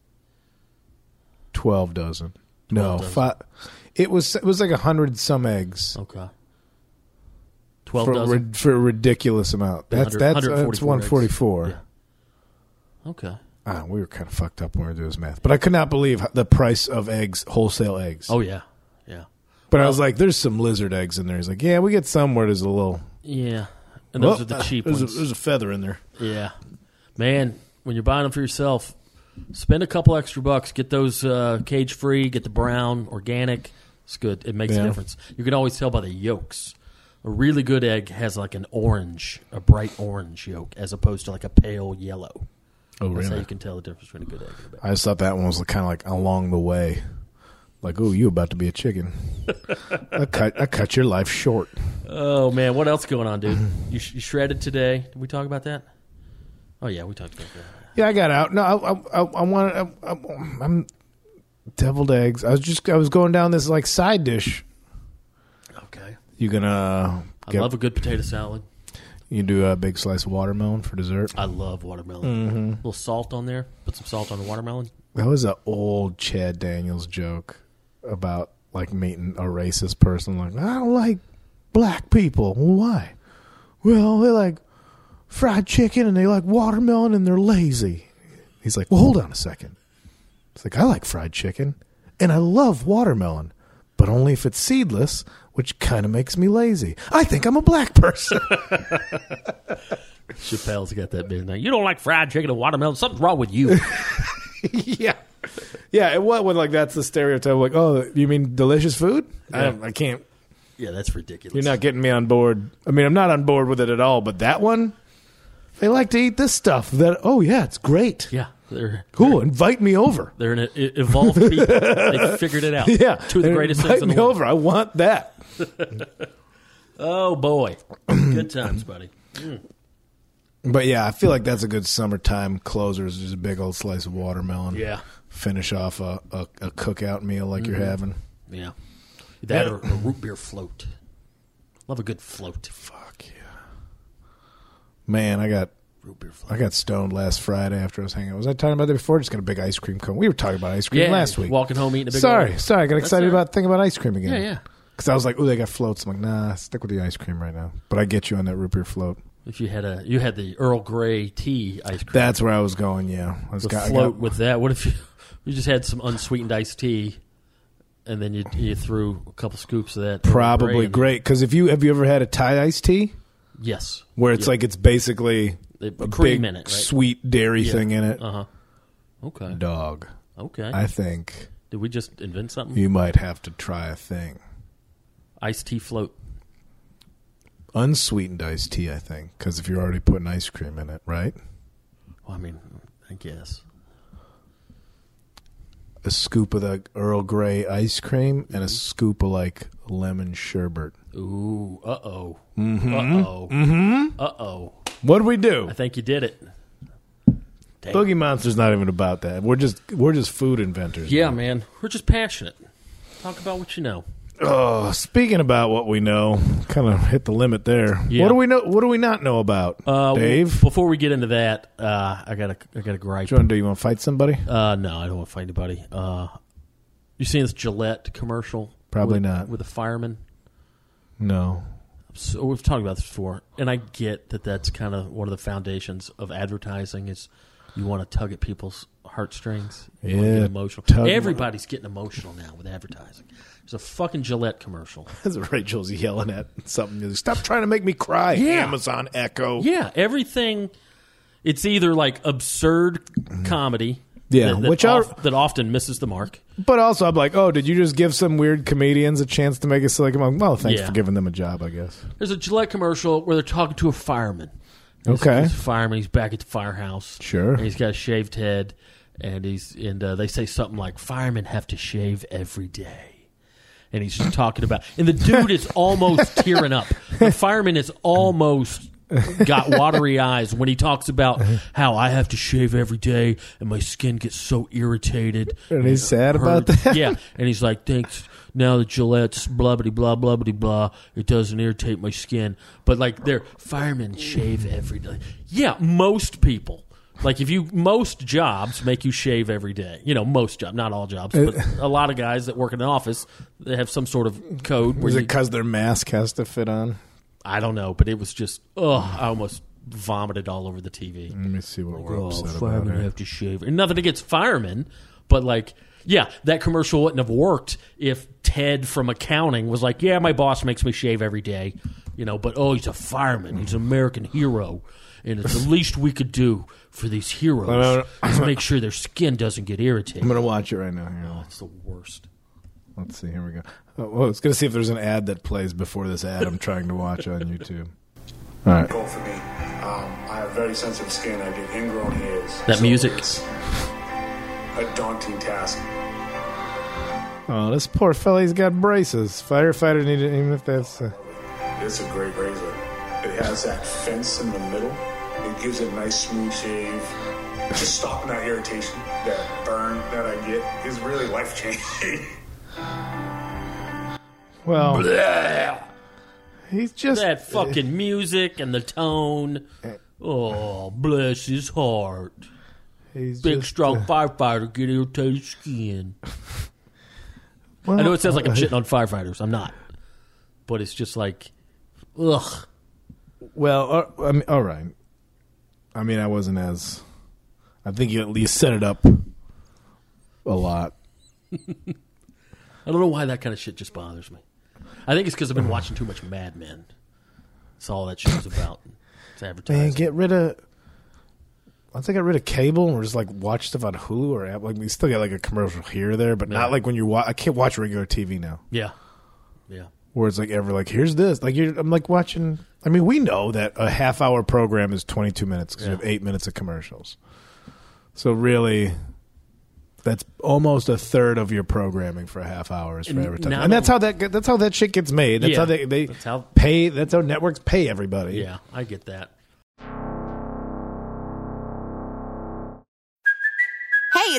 Speaker 3: twelve dozen. No,
Speaker 4: 12 dozen.
Speaker 3: five. It was it was like a hundred some eggs.
Speaker 4: Okay. Twelve
Speaker 3: for,
Speaker 4: dozen.
Speaker 3: rid- for a ridiculous amount. That's
Speaker 4: 100
Speaker 3: that's uh,
Speaker 4: 144
Speaker 3: that's one forty four.
Speaker 4: Yeah. Okay.
Speaker 3: Ah, we were kind of fucked up when we were doing this math, but I could not believe h- the price of eggs, wholesale eggs.
Speaker 4: Oh yeah. Yeah.
Speaker 3: but I was like, "There's some lizard eggs in there." He's like, "Yeah, we get some where there's a little."
Speaker 4: Yeah. And those
Speaker 3: Oh,
Speaker 4: are the
Speaker 3: ah,
Speaker 4: cheap
Speaker 3: there's
Speaker 4: ones.
Speaker 3: A, there's a feather in there.
Speaker 4: yeah. Man, when you're buying them for yourself, spend a couple extra bucks. Get those uh, cage free. Get the brown organic. It's good. It makes
Speaker 3: Yeah.
Speaker 4: a difference. You can always tell by the yolks. A really good egg has like an orange, a bright orange yolk, as opposed to like a pale yellow.
Speaker 3: Oh,
Speaker 4: That's how you can tell the difference between a good egg and a bad.
Speaker 3: I just thought that one was kind of like along the way, like, "Oh, you about to be a chicken." I cut I cut your life short.
Speaker 4: Oh man, what else going on, dude? You, sh- you shredded today? Did we talk about that? Oh yeah, we talked about that.
Speaker 3: Yeah, I got out. No, I I, I, I wanted. I, I, I'm deviled eggs. I was just I was going down this like side dish.
Speaker 4: Okay.
Speaker 3: You gonna
Speaker 4: I
Speaker 3: get
Speaker 4: love a good potato salad.
Speaker 3: You do a big slice of watermelon for dessert.
Speaker 4: I love watermelon.
Speaker 3: Mm-hmm.
Speaker 4: A little salt on there. Put some salt on the watermelon.
Speaker 3: That was an old Chad Daniels joke about like meeting a racist person. Like, I don't like black people. Well, why? Well, they like fried chicken and they like watermelon and they're lazy. He's like, well, hold on a second. It's like I like fried chicken and I love watermelon, but only if it's seedless, which kind of makes me lazy. I think I'm a black person.
Speaker 4: Chappelle's got that big thing. You don't like fried chicken and watermelon. Something's wrong with you.
Speaker 3: yeah, yeah. It was when like that's the stereotype. Like, oh, you mean delicious food? I,
Speaker 4: Yeah.
Speaker 3: don't- I can't.
Speaker 4: yeah, that's ridiculous.
Speaker 3: You're not getting me on board. I mean, I'm not on board with it at all. But that one, they like to eat this stuff. That oh yeah, it's great.
Speaker 4: Yeah, they're
Speaker 3: Cool. Invite me over.
Speaker 4: they're an e- evolved people. they figured it out.
Speaker 3: Yeah,
Speaker 4: two of the
Speaker 3: they
Speaker 4: greatest
Speaker 3: Invite
Speaker 4: things in the
Speaker 3: me
Speaker 4: world.
Speaker 3: over. I want that.
Speaker 4: Oh boy, good times, buddy.
Speaker 3: But yeah, I feel like that's a good summertime closer. Is just a big old slice of watermelon.
Speaker 4: Yeah,
Speaker 3: Finish off a, a, a cookout meal like you're having.
Speaker 4: yeah. That
Speaker 3: Yeah.
Speaker 4: or a root beer float. Love a good float.
Speaker 3: Fuck yeah. Man, I got
Speaker 4: Root beer float.
Speaker 3: I got stoned last Friday after I was hanging out. Was I talking about that before? Just got a big ice cream cone. We were talking about ice cream last week.
Speaker 4: Walking home eating a big.
Speaker 3: sorry,
Speaker 4: old-
Speaker 3: sorry. I got excited
Speaker 4: all right.
Speaker 3: about thinking about ice cream again.
Speaker 4: Yeah, yeah.
Speaker 3: Because I was like, oh, they got floats. I'm like, nah, stick with the ice cream right now. But I get you on that root beer float.
Speaker 4: If you had a, you had the Earl Grey tea ice cream.
Speaker 3: That's where I was going, yeah. I was
Speaker 4: the
Speaker 3: got- I
Speaker 4: float
Speaker 3: got-
Speaker 4: with that. What if you, you just had some unsweetened iced tea, and then you you threw a couple scoops of that. Earl Grey
Speaker 3: probably
Speaker 4: in
Speaker 3: great. Because if you have you ever had a Thai iced tea
Speaker 4: it? Yes,
Speaker 3: where it's
Speaker 4: Yeah.
Speaker 3: like it's basically
Speaker 4: They
Speaker 3: a
Speaker 4: put cream
Speaker 3: big
Speaker 4: in it. Right?
Speaker 3: sweet dairy
Speaker 4: Yeah.
Speaker 3: thing in it?
Speaker 4: Uh huh. Okay.
Speaker 3: Dog,
Speaker 4: Okay.
Speaker 3: I think
Speaker 4: Did we just invent something?
Speaker 3: you might have to try a thing.
Speaker 4: Iced tea float.
Speaker 3: Unsweetened iced tea, I think, because if you're already putting ice cream in it, right?
Speaker 4: Well, I mean, I guess.
Speaker 3: a scoop of the Earl Grey ice cream and a scoop of like lemon sherbet.
Speaker 4: Ooh. Uh oh. Uh oh. Mm-hmm. Uh oh.
Speaker 3: What'd we do?
Speaker 4: I think you did it. Damn.
Speaker 3: Boogie Monster's not even about that. We're just we're just food inventors.
Speaker 4: Yeah, man. We're just passionate. Talk about what you know.
Speaker 3: Oh, speaking about what we know, kind of hit the limit there.
Speaker 4: Yeah.
Speaker 3: What do we know? What do we not know about?
Speaker 4: Uh,
Speaker 3: Dave,
Speaker 4: w- before we get into that, uh, I got a I got a gripe.
Speaker 3: what you want to do? You want to fight somebody?
Speaker 4: Uh, no, I don't want to fight anybody. Uh, you seen this Gillette commercial?
Speaker 3: Probably
Speaker 4: with-
Speaker 3: not.
Speaker 4: With a fireman.
Speaker 3: No.
Speaker 4: So we've talked about this before, and I get that that's kind of one of the foundations of advertising is you want to tug at people's heartstrings. You wanna
Speaker 3: Yeah,
Speaker 4: get emotional.
Speaker 3: tug-
Speaker 4: Everybody's getting emotional now with advertising. There's a fucking Gillette commercial.
Speaker 3: That's what Rachel's yelling at something. She's, Stop trying to make me cry.
Speaker 4: Yeah.
Speaker 3: Amazon Echo.
Speaker 4: Yeah, everything. It's either like absurd comedy,
Speaker 3: Yeah,
Speaker 4: that, that
Speaker 3: which are-
Speaker 4: of- that often misses the mark.
Speaker 3: But also, I'm like, oh, did you just give some weird comedians a chance to make it so they come on? Well, thanks
Speaker 4: Yeah.
Speaker 3: for giving them a job, I guess.
Speaker 4: There's a Gillette commercial where they're talking to a fireman.
Speaker 3: Okay.
Speaker 4: He's a fireman. He's back at the firehouse.
Speaker 3: Sure.
Speaker 4: And he's got a shaved head, and he's and uh, they say something like, "Firemen have to shave every day." And he's just talking about, and the dude is almost tearing up. The fireman is almost got watery eyes when he talks about how I have to shave every day, and my skin gets so irritated.
Speaker 3: And he's sad about
Speaker 4: hurts."
Speaker 3: that?
Speaker 4: Yeah, and he's like, "Thanks." Now that Gillette's blah blah blah blah blah blah, it doesn't irritate my skin. But like, their firemen shave every day. Yeah, most people. Like, if you most jobs make you shave every day. You know, most jobs, not all jobs, but
Speaker 3: Uh,
Speaker 4: a lot of guys that work in an office they have some sort of code. Where
Speaker 3: Is it
Speaker 4: you,
Speaker 3: because their mask has to fit on?
Speaker 4: I don't know, but it was just ugh, I almost vomited all over the TV.
Speaker 3: Let me see what we're
Speaker 4: Oh,
Speaker 3: upset about
Speaker 4: firemen
Speaker 3: here.
Speaker 4: have to shave. And nothing against firemen, but like, yeah, that commercial wouldn't have worked if Ted from accounting was like, yeah, my boss makes me shave every day, you know, but oh, he's a fireman. He's an American hero. And it's the least we could do for these heroes is make sure their skin doesn't get
Speaker 3: I'm
Speaker 4: irritated.
Speaker 3: gonna watch it right now. Here,
Speaker 4: It's the worst.
Speaker 3: let's see. Here we go. Oh, well, it's gonna see if there's an ad that plays before this ad I'm trying to watch on YouTube. All right.
Speaker 5: goal for me. Um, I have very sensitive skin. I get ingrown hairs.
Speaker 4: That music.
Speaker 5: It's a daunting task.
Speaker 3: Oh, this poor fella. He's got braces. Firefighter needed even if that's. Uh,
Speaker 5: It's a great razor. It has that fence in the middle. It gives a nice smooth shave. Just stopping that irritation, that burn that I get is really life changing.
Speaker 3: well. He's just.
Speaker 4: That fucking music and the tone. Oh, bless his heart.
Speaker 3: He's
Speaker 4: Big
Speaker 3: just,
Speaker 4: strong firefighter get irritated skin.
Speaker 3: uh,
Speaker 4: I know it sounds like I'm shitting on firefighters. I'm not. But it's just like, ugh.
Speaker 3: Well, uh, I mean, all right. I mean, I wasn't as. I think you at least set it up a lot.
Speaker 4: I don't know why that kind of shit just bothers me. I think it's because I've been watching too much Mad Men. That's all that show's about. It's advertising.
Speaker 3: Man, get rid of. Once I got rid of cable and we're just like watch stuff on Hulu or app, like we still got like a commercial here or there, but
Speaker 4: Yeah.
Speaker 3: not like when you watch. I can't watch regular TV now.
Speaker 4: yeah. Yeah.
Speaker 3: where it's like ever like here's this like you're, I'm like watching. I mean, we know that a half hour program is 22 minutes because you have eight minutes of commercials. So really, that's almost a third of your programming for a half hours for
Speaker 4: And
Speaker 3: advertising,
Speaker 4: now
Speaker 3: and that's
Speaker 4: that-
Speaker 3: how that get- that's how that shit gets made. That's
Speaker 4: Yeah.
Speaker 3: how they they
Speaker 4: That's how-
Speaker 3: pay. That's how networks pay everybody.
Speaker 4: Yeah, I get that.
Speaker 6: Hey,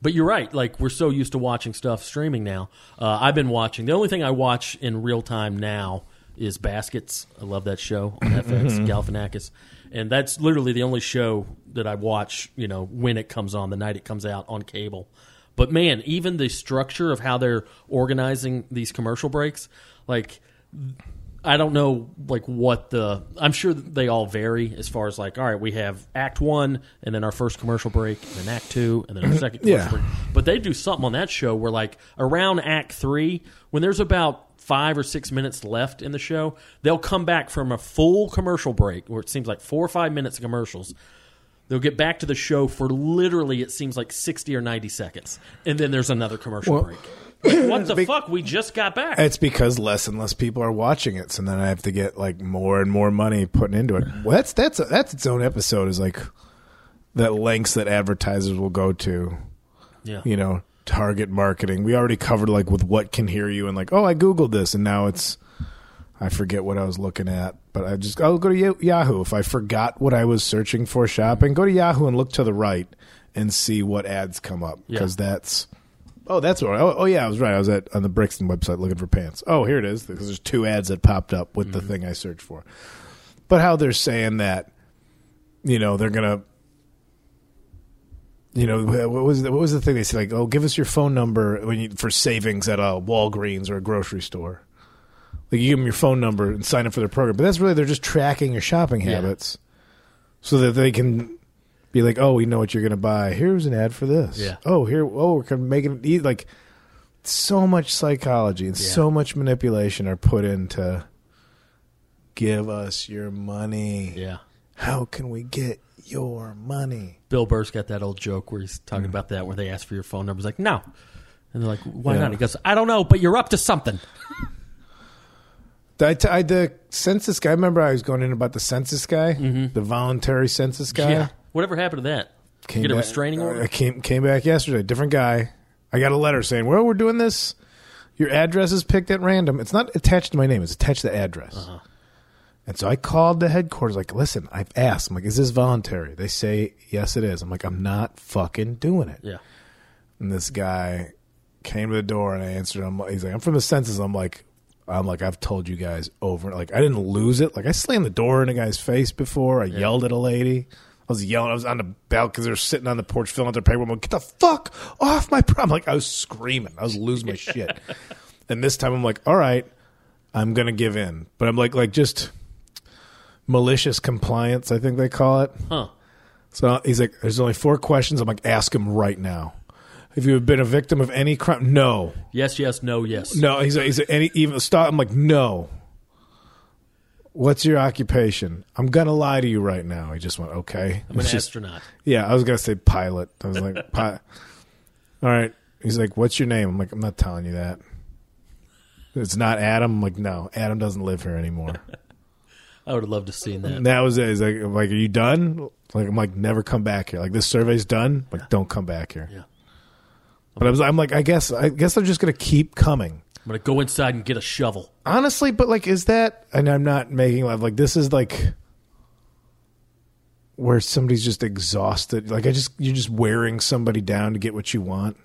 Speaker 4: But you're right. Like we're so used to watching stuff streaming now. Uh, I've been watching. The only thing I watch in real time now is Baskets. I love that show on FX, Galifianakis, and that's literally the only show that I watch. You know, when it comes on, the night it comes out on cable. But man, even the structure of how they're organizing these commercial breaks, like I don't know like what the I'm sure that they all vary as far as like all right we have act 1 and then our first commercial break and then act 2 and then our second commercial
Speaker 3: Yeah.
Speaker 4: break but they do something on that show where like around act 3 when there's about 5 or 6 minutes left in the show they'll come back from a full commercial break where it seems like 4 or 5 minutes of commercials they'll get back to the show for literally it seems like 60 or 90 seconds and then there's another commercial break Like, what the fuck we just got back
Speaker 3: It's because less and less people are watching it, so then I have to get like more and more money putting into it. Well, that's that's that's its own episode. Is like that lengths that advertisers will go to.
Speaker 4: yeah
Speaker 3: You know, target marketing. We already covered like with what can hear you and like oh I googled this and now it's I forget what I was looking at, but I just I'll go to Yo- Yahoo if I forgot what I was searching for shopping. Go to Yahoo and look to the right and see what ads come up because that's. Oh, that's what. Oh, oh, yeah, I was right. I was at on the Brixton website looking for pants. Oh, here it is. Because there's two ads that popped up with the thing I searched for. But how they're saying that, you know, they're gonna, you know, what was the, what was the thing they said? Like, oh, give us your phone number when you, for savings at a Walgreens or a grocery store. Like, you give them your phone number and sign up for their program. But that's really they're just tracking your shopping habits, so that they can be like, oh, we know what you're gonna buy. Here's an ad for this.
Speaker 4: Yeah.
Speaker 3: Oh, here. Oh, we're gonna make it e-. like so much psychology and so much manipulation are put into give us your money.
Speaker 4: yeah
Speaker 3: How can we get your money?
Speaker 4: Bill Burr's got that old joke where he's talking about that, where they ask for your phone number. He's like, no. And they're like, why
Speaker 3: Yeah.
Speaker 4: not? He goes, I don't know, but you're up to something.
Speaker 3: I, t- I the census guy. Remember, I was going in about the census guy,
Speaker 4: Mm-hmm.
Speaker 3: the voluntary census guy.
Speaker 4: Whatever happened to that?
Speaker 3: Came
Speaker 4: Get a
Speaker 3: back-
Speaker 4: restraining
Speaker 3: I
Speaker 4: order?
Speaker 3: came came back yesterday. Different guy. I got a letter saying, "Well, we're doing this. Your address is picked at random. It's not attached to my name. It's attached to the address."
Speaker 4: Uh-huh.
Speaker 3: And so I called the headquarters. Like, listen, I've asked. I'm like, "Is this voluntary?" They say, "Yes, it is." I'm like, "I'm not fucking doing it."
Speaker 4: Yeah.
Speaker 3: And this guy came to the door and I answered him. He's like, I'm from the census. I'm like, I'm like, I've told you guys over. Like, I didn't lose it. Like, I slammed the door in a guy's face before. I yelled at a lady. I was yelling. I was on the balcony because they were sitting on the porch filling out their paperwork. I'm like, get the fuck off my problem. Like, I was screaming. I was losing my shit. And this time I'm like, all right, I'm going to give in. But I'm like, like, just malicious compliance, I think they call it.
Speaker 4: Huh.
Speaker 3: So he's like, "There's only four questions." I'm like, "Ask him right now. Have you been a victim of any crime?" No,
Speaker 4: Yes, yes, no, yes.
Speaker 3: no. He's like, he's like, any even stop. I'm like, "No." What's your occupation? I'm gonna lie to you right now. He just went, "Okay."
Speaker 4: I'm an
Speaker 3: It's just-
Speaker 4: astronaut.
Speaker 3: yeah, I was gonna say pilot. I was like, pi- "All right." He's like, "What's your name?" I'm like, "I'm not telling you that." It's not Adam. I'm like, no, Adam doesn't live here anymore.
Speaker 4: I would have loved to have seen that.
Speaker 3: And that was it. He's like, I'm like, are you done? Like, I'm like, never come back here. Like, this survey's done. Like, don't come back here.
Speaker 4: Yeah.
Speaker 3: But I was, I'm like, I guess, I guess I'm just gonna keep coming.
Speaker 4: I'm going to go inside and get a shovel.
Speaker 3: Honestly, but like, is that? And I'm not making love. Like, this is like where somebody's just exhausted. Like, I just you're just wearing somebody down to get what you want.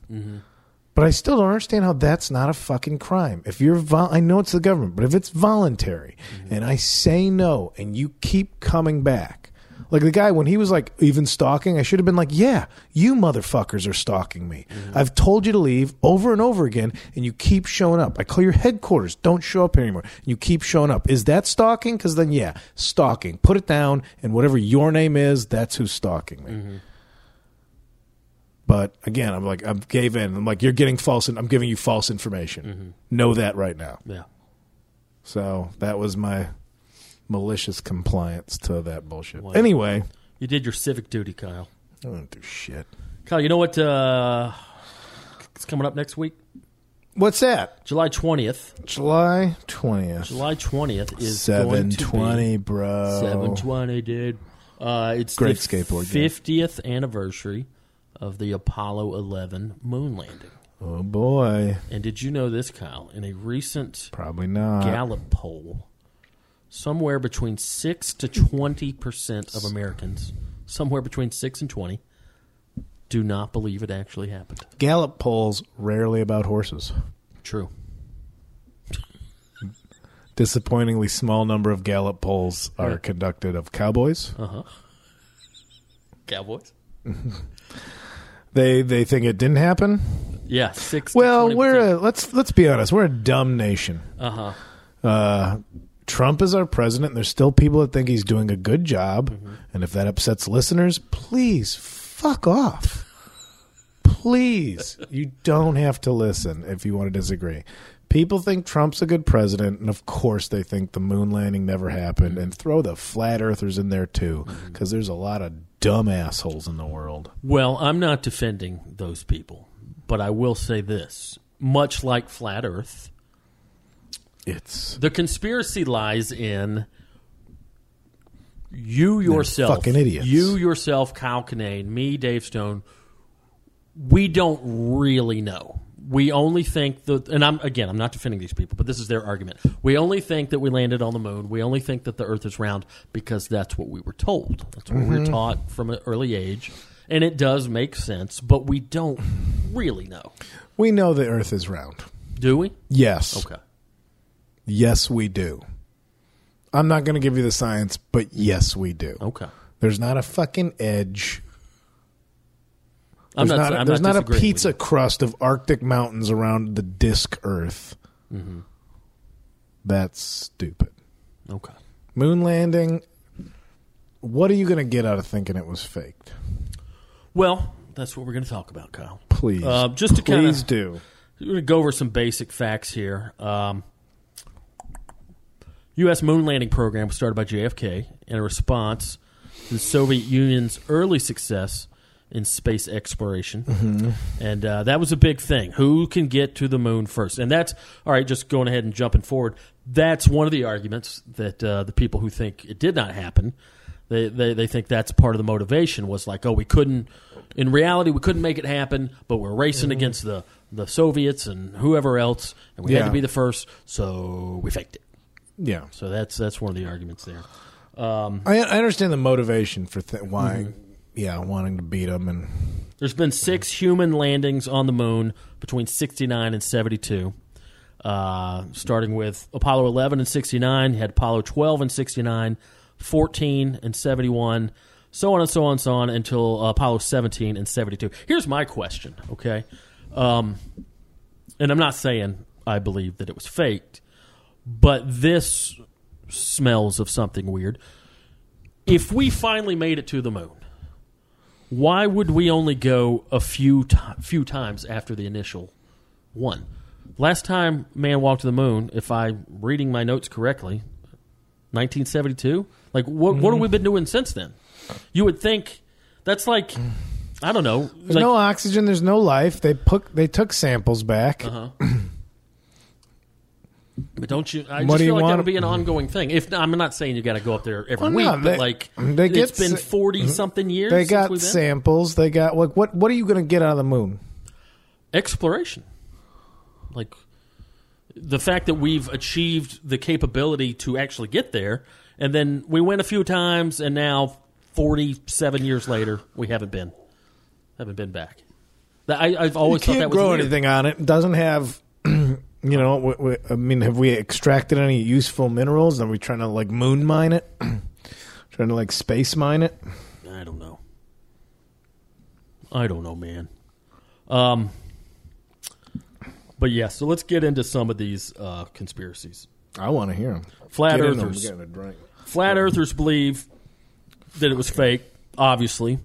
Speaker 3: But I still don't understand how that's not a fucking crime. If you're, vol- I know it's the government, but if it's voluntary, and I say no, and you keep coming back, Like the guy when he was like even stalking, I should have been like, "Yeah, you motherfuckers are stalking me. I've told you to leave over and over again, and you keep showing up. I call your headquarters. Don't show up here anymore. And you keep showing up. Is that stalking? Because then, yeah, stalking. Put it down, and whatever your name is, that's who's stalking me. But again, I'm like, I'm gave in. I'm like, you're getting false, and I'm giving you false information.
Speaker 4: Mm-hmm.
Speaker 3: Know that right now.
Speaker 4: Yeah.
Speaker 3: So that was my malicious compliance to that bullshit. Anyway,
Speaker 4: You did your civic duty, Kyle.
Speaker 3: I don't do shit.
Speaker 4: Kyle, you know what uh, it's coming up next week?
Speaker 3: What's that?
Speaker 4: July 20th.
Speaker 3: July twentieth,
Speaker 4: July 20th is
Speaker 3: seven
Speaker 4: going to be-
Speaker 3: twenty, bro.
Speaker 4: 720, dude. Uh, it's
Speaker 3: Oh. Great
Speaker 4: the
Speaker 3: skateboard game.
Speaker 4: 50th anniversary of the Apollo 11 moon landing.
Speaker 3: Oh boy,
Speaker 4: And did you know this, Kyle? In a recent
Speaker 3: probably not.
Speaker 4: Gallup poll, somewhere between 6 to 20% of Americans, somewhere between 6 and 20, do not believe it actually happened.
Speaker 3: Gallup polls rarely about horses.
Speaker 4: True.
Speaker 3: Disappointingly small number of Gallup polls are conducted of cowboys.
Speaker 4: Cowboys?
Speaker 3: They they think it didn't happen.
Speaker 4: Yeah, 6 to
Speaker 3: Well,
Speaker 4: 20%.
Speaker 3: we're a, let's let's be honest. We're a dumb nation.
Speaker 4: Uh-huh.
Speaker 3: uh, Trump is our president. And there's still people that think he's doing a good job.
Speaker 4: Mm-hmm.
Speaker 3: And if that upsets listeners, please fuck off. Please. you don't have to listen if you want to disagree. People think Trump's a good president, and of course they think the moon landing never happened. And throw the flat earthers in there too,
Speaker 4: Mm-hmm.
Speaker 3: because there's a lot of dumb assholes in the world.
Speaker 4: Well, I'm not defending those people, but I will say this. Much like Flat Earth,
Speaker 3: It's
Speaker 4: the conspiracy lies in you yourself.
Speaker 3: fucking idiots.
Speaker 4: You yourself, Kyle Kinane, me, Dave Stone. We don't really know. We only think that, and I'm again, I'm not defending these people, but this is their argument. We only think that we landed on the moon. We only think that the Earth is round because that's what we were told. That's what
Speaker 3: Mm-hmm.
Speaker 4: we were taught from an early age, and it does make sense. But we don't really know,
Speaker 3: we know the Earth is round.
Speaker 4: do we?
Speaker 3: Yes.
Speaker 4: Okay.
Speaker 3: Yes, we do. I'm not going to give you the science, but yes, we do.
Speaker 4: Okay.
Speaker 3: There's not a fucking edge.
Speaker 4: I'm
Speaker 3: There's not,
Speaker 4: I'm
Speaker 3: there's not, a
Speaker 4: disagreeing with you.
Speaker 3: pizza crust of Arctic mountains around the disk Earth.
Speaker 4: Mm-hmm.
Speaker 3: That's stupid.
Speaker 4: Okay.
Speaker 3: Moon landing. What are you going to get out of thinking it was faked?
Speaker 4: Well, that's what we're going to talk about, Kyle.
Speaker 3: Please,
Speaker 4: Uh, just to kinda-
Speaker 3: please do.
Speaker 4: We're going to go over some basic facts here. Um, U.S. moon landing program was started by JFK in a response to the Soviet Union's early success in space exploration, and uh, that was a big thing. Who can get to the moon first? And that's all right. Just going ahead and jumping forward. That's one of the arguments that uh, the people who think it did not happen. They, they, they think that's part of the motivation was like oh we couldn't in reality we couldn't make it happen but we're racing against the, the Soviets and whoever else and we had
Speaker 3: Yeah.
Speaker 4: to be the first so we faked it
Speaker 3: Yeah,
Speaker 4: so that's that's one of the arguments there. Mm-hmm.
Speaker 3: I, I understand the motivation for th- why. Yeah, wanting to beat them and
Speaker 4: There's been six human landings on the moon between 69 and 72, uh, starting with Apollo 11 and 69, you had Apollo 12 and 69, 14 and 71, so on and so on and so on until uh, Apollo 17 and 72. Here's my question, okay? Um, and I'm not saying I believe that it was faked, but this smells of something weird. If we finally made it to the moon, why would we only go a few ti few times after the initial one? Last time man walked to the moon, if I'm reading my notes correctly, 1972. Like what? What have we been doing since then? You would think that's like I don't know.
Speaker 3: there's
Speaker 4: like-
Speaker 3: no oxygen. There's no life. They put they took samples back.
Speaker 4: But don't you? I
Speaker 3: What do
Speaker 4: just feel
Speaker 3: you
Speaker 4: like that
Speaker 3: want-
Speaker 4: would be an ongoing thing. If I'm not saying you got to go up there every
Speaker 3: Well,
Speaker 4: week,
Speaker 3: no,
Speaker 4: but
Speaker 3: they-
Speaker 4: like
Speaker 3: they get
Speaker 4: it's been
Speaker 3: sa- Mm-hmm.
Speaker 4: forty something years.
Speaker 3: They
Speaker 4: since
Speaker 3: got
Speaker 4: we've been-
Speaker 3: samples. They got like what? What are you going to get out of the moon?
Speaker 4: exploration, like the fact that we've achieved the capability to actually get there, and then we went a few times, and now forty-seven years later, we haven't been, haven't been back. That- I, I've always
Speaker 3: you
Speaker 4: thought
Speaker 3: can't
Speaker 4: that
Speaker 3: grow
Speaker 4: was weird.
Speaker 3: anything on it. Doesn't have, you know. W- w- I mean, have we extracted any useful minerals? Are we trying to like moon mine it? trying Trying to like space mine it.
Speaker 4: I don't know. I don't know, man. Um, but yeah, so let's get into some of these uh, conspiracies.
Speaker 3: I want to hear them.
Speaker 4: Flat
Speaker 3: Get in 'em,
Speaker 4: earthers.
Speaker 3: we're getting a drink.
Speaker 4: Flat earthers believe that it was fake, obviously,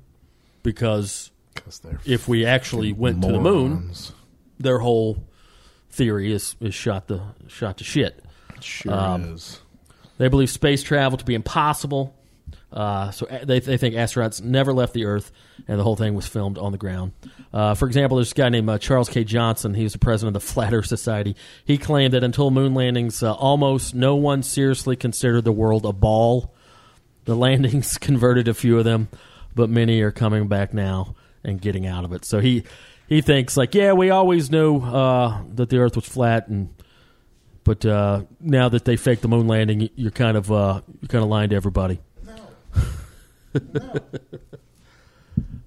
Speaker 4: because
Speaker 3: 'Cause they're
Speaker 4: if we actually went to the moon,
Speaker 3: morons.
Speaker 4: their whole theory is, is shot the shot to shit.
Speaker 3: Sure
Speaker 4: Um,
Speaker 3: is.
Speaker 4: They believe space travel to be impossible. Uh, so a- they, they think astronauts never left the Earth, and the whole thing was filmed on the ground. Uh, for example, there's this guy named uh, Charles K. Johnson. He was the president of the Flat Earth Society. He claimed that until moon landings, uh, almost no one seriously considered the world a ball. The landings converted a few of them, but many are coming back now and getting out of it. So he he thinks like, yeah, we always knew uh, that the Earth was flat, and but uh, now that they faked the moon landing, y- you're kind of uh, you're kind of lying to everybody.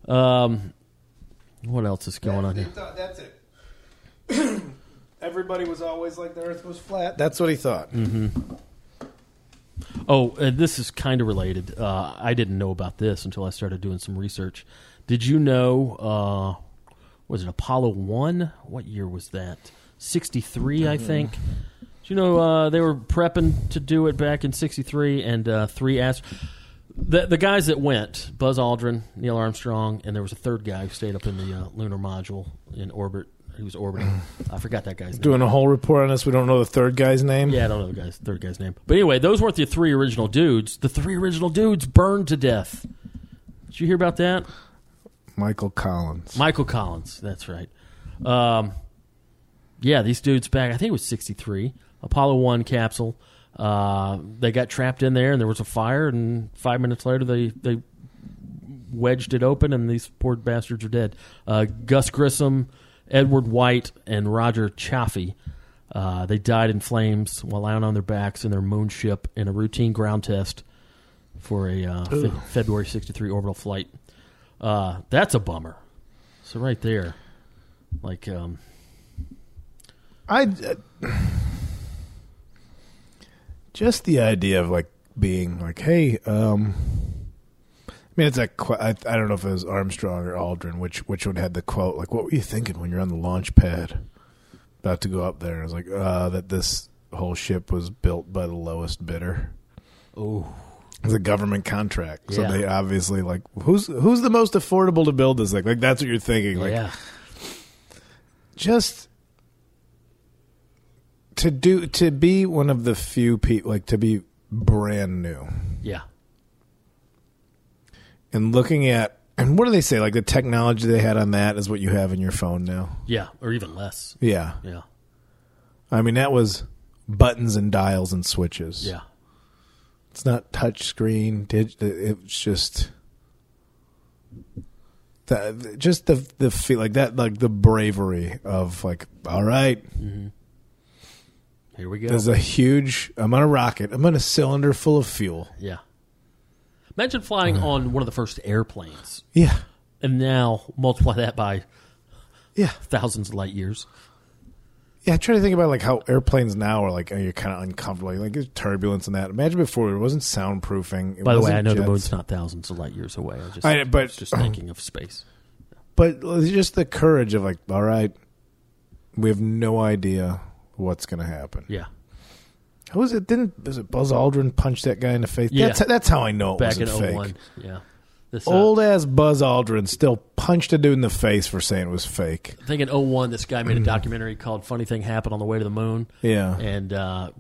Speaker 4: No. um, what else is going on here?
Speaker 3: That's it. Everybody was always like the Earth was flat. That's what he thought.
Speaker 4: Oh, and this is kind of related. Uh, I didn't know about this until I started doing some research. Did you know? Uh, was it Apollo One? What year was that? Sixty I think. Do you know uh, they were prepping to do it back in '63, and uh, three ast- the the guys that went: Buzz Aldrin, Neil Armstrong, and there was a third guy who stayed up in the uh, lunar module in orbit. He was orbiting. I forgot that guy's name.
Speaker 3: Doing a whole report on us. We don't know the third guy's name.
Speaker 4: Yeah, I don't know the guy's third guy's name. But anyway, those weren't the three original dudes. The three original dudes burned to death. Did you hear about that?
Speaker 3: Michael Collins.
Speaker 4: Michael Collins. That's right. Um, yeah, these dudes back. I think it was '63. Apollo One capsule. Uh, they got trapped in there, and there was a fire. And five minutes later, they they wedged it open, and these poor bastards are dead. Uh, Gus Grissom, Edward White, and Roger Chaffee. Uh, they died in flames while lying on their backs in their moon ship in a routine ground test for a uh, Fe- February 63 orbital flight. Uh, that's a bummer. So right there, like, um,
Speaker 3: I uh, just the idea of like being like, hey, um, I mean, it's like I, I don't know if it was Armstrong or Aldrin, which which one had the quote like, "What were you thinking when you're on the launch pad, about to go up there?" And I was like, uh, that this whole ship was built by the lowest bidder.
Speaker 4: oh,
Speaker 3: It's a government contract, so
Speaker 4: Yeah.
Speaker 3: they obviously like who's who's the most affordable to build this thing. Like that's what you're thinking. Like
Speaker 4: yeah,
Speaker 3: just to do to be one of the few people like to be brand new
Speaker 4: yeah,
Speaker 3: and looking at and what do they say like the technology they had on that is what you have in your phone now
Speaker 4: yeah, or even less.
Speaker 3: yeah
Speaker 4: Yeah,
Speaker 3: i mean that was buttons and dials and switches
Speaker 4: yeah,
Speaker 3: it's not touch screen dig- it's just the, just the the feel like that like the bravery of like all right
Speaker 4: here we go.
Speaker 3: there's a huge i'm on a rocket i'm on a cylinder full of fuel
Speaker 4: yeah. Imagine flying on one of the first airplanes,
Speaker 3: yeah
Speaker 4: and now multiply that by
Speaker 3: Yeah,
Speaker 4: thousands of light years.
Speaker 3: yeah. I try to think about like how airplanes now are like oh, you're kind of uncomfortable, like there's turbulence and that. Imagine before it wasn't soundproofing. It
Speaker 4: By the way,
Speaker 3: wasn't
Speaker 4: I know the
Speaker 3: jets.
Speaker 4: moon's not thousands of light years away. I just,
Speaker 3: I- but-
Speaker 4: was just thinking of space.
Speaker 3: but it's just the courage of like, all right, we have no idea what's going to happen.
Speaker 4: Yeah,
Speaker 3: How was it? Didn't was it Buzz Aldrin punch that guy in the face?
Speaker 4: Yeah.
Speaker 3: That's that's how I know it
Speaker 4: back in
Speaker 3: wasn't fake.
Speaker 4: 01. Yeah, this uh,
Speaker 3: Old ass Buzz Aldrin still punched a dude in the face for saying it was fake.
Speaker 4: I think in 01, this guy made a documentary called "Funny Thing Happened on the Way to the Moon."
Speaker 3: Mm-hmm. Yeah.
Speaker 4: and uh,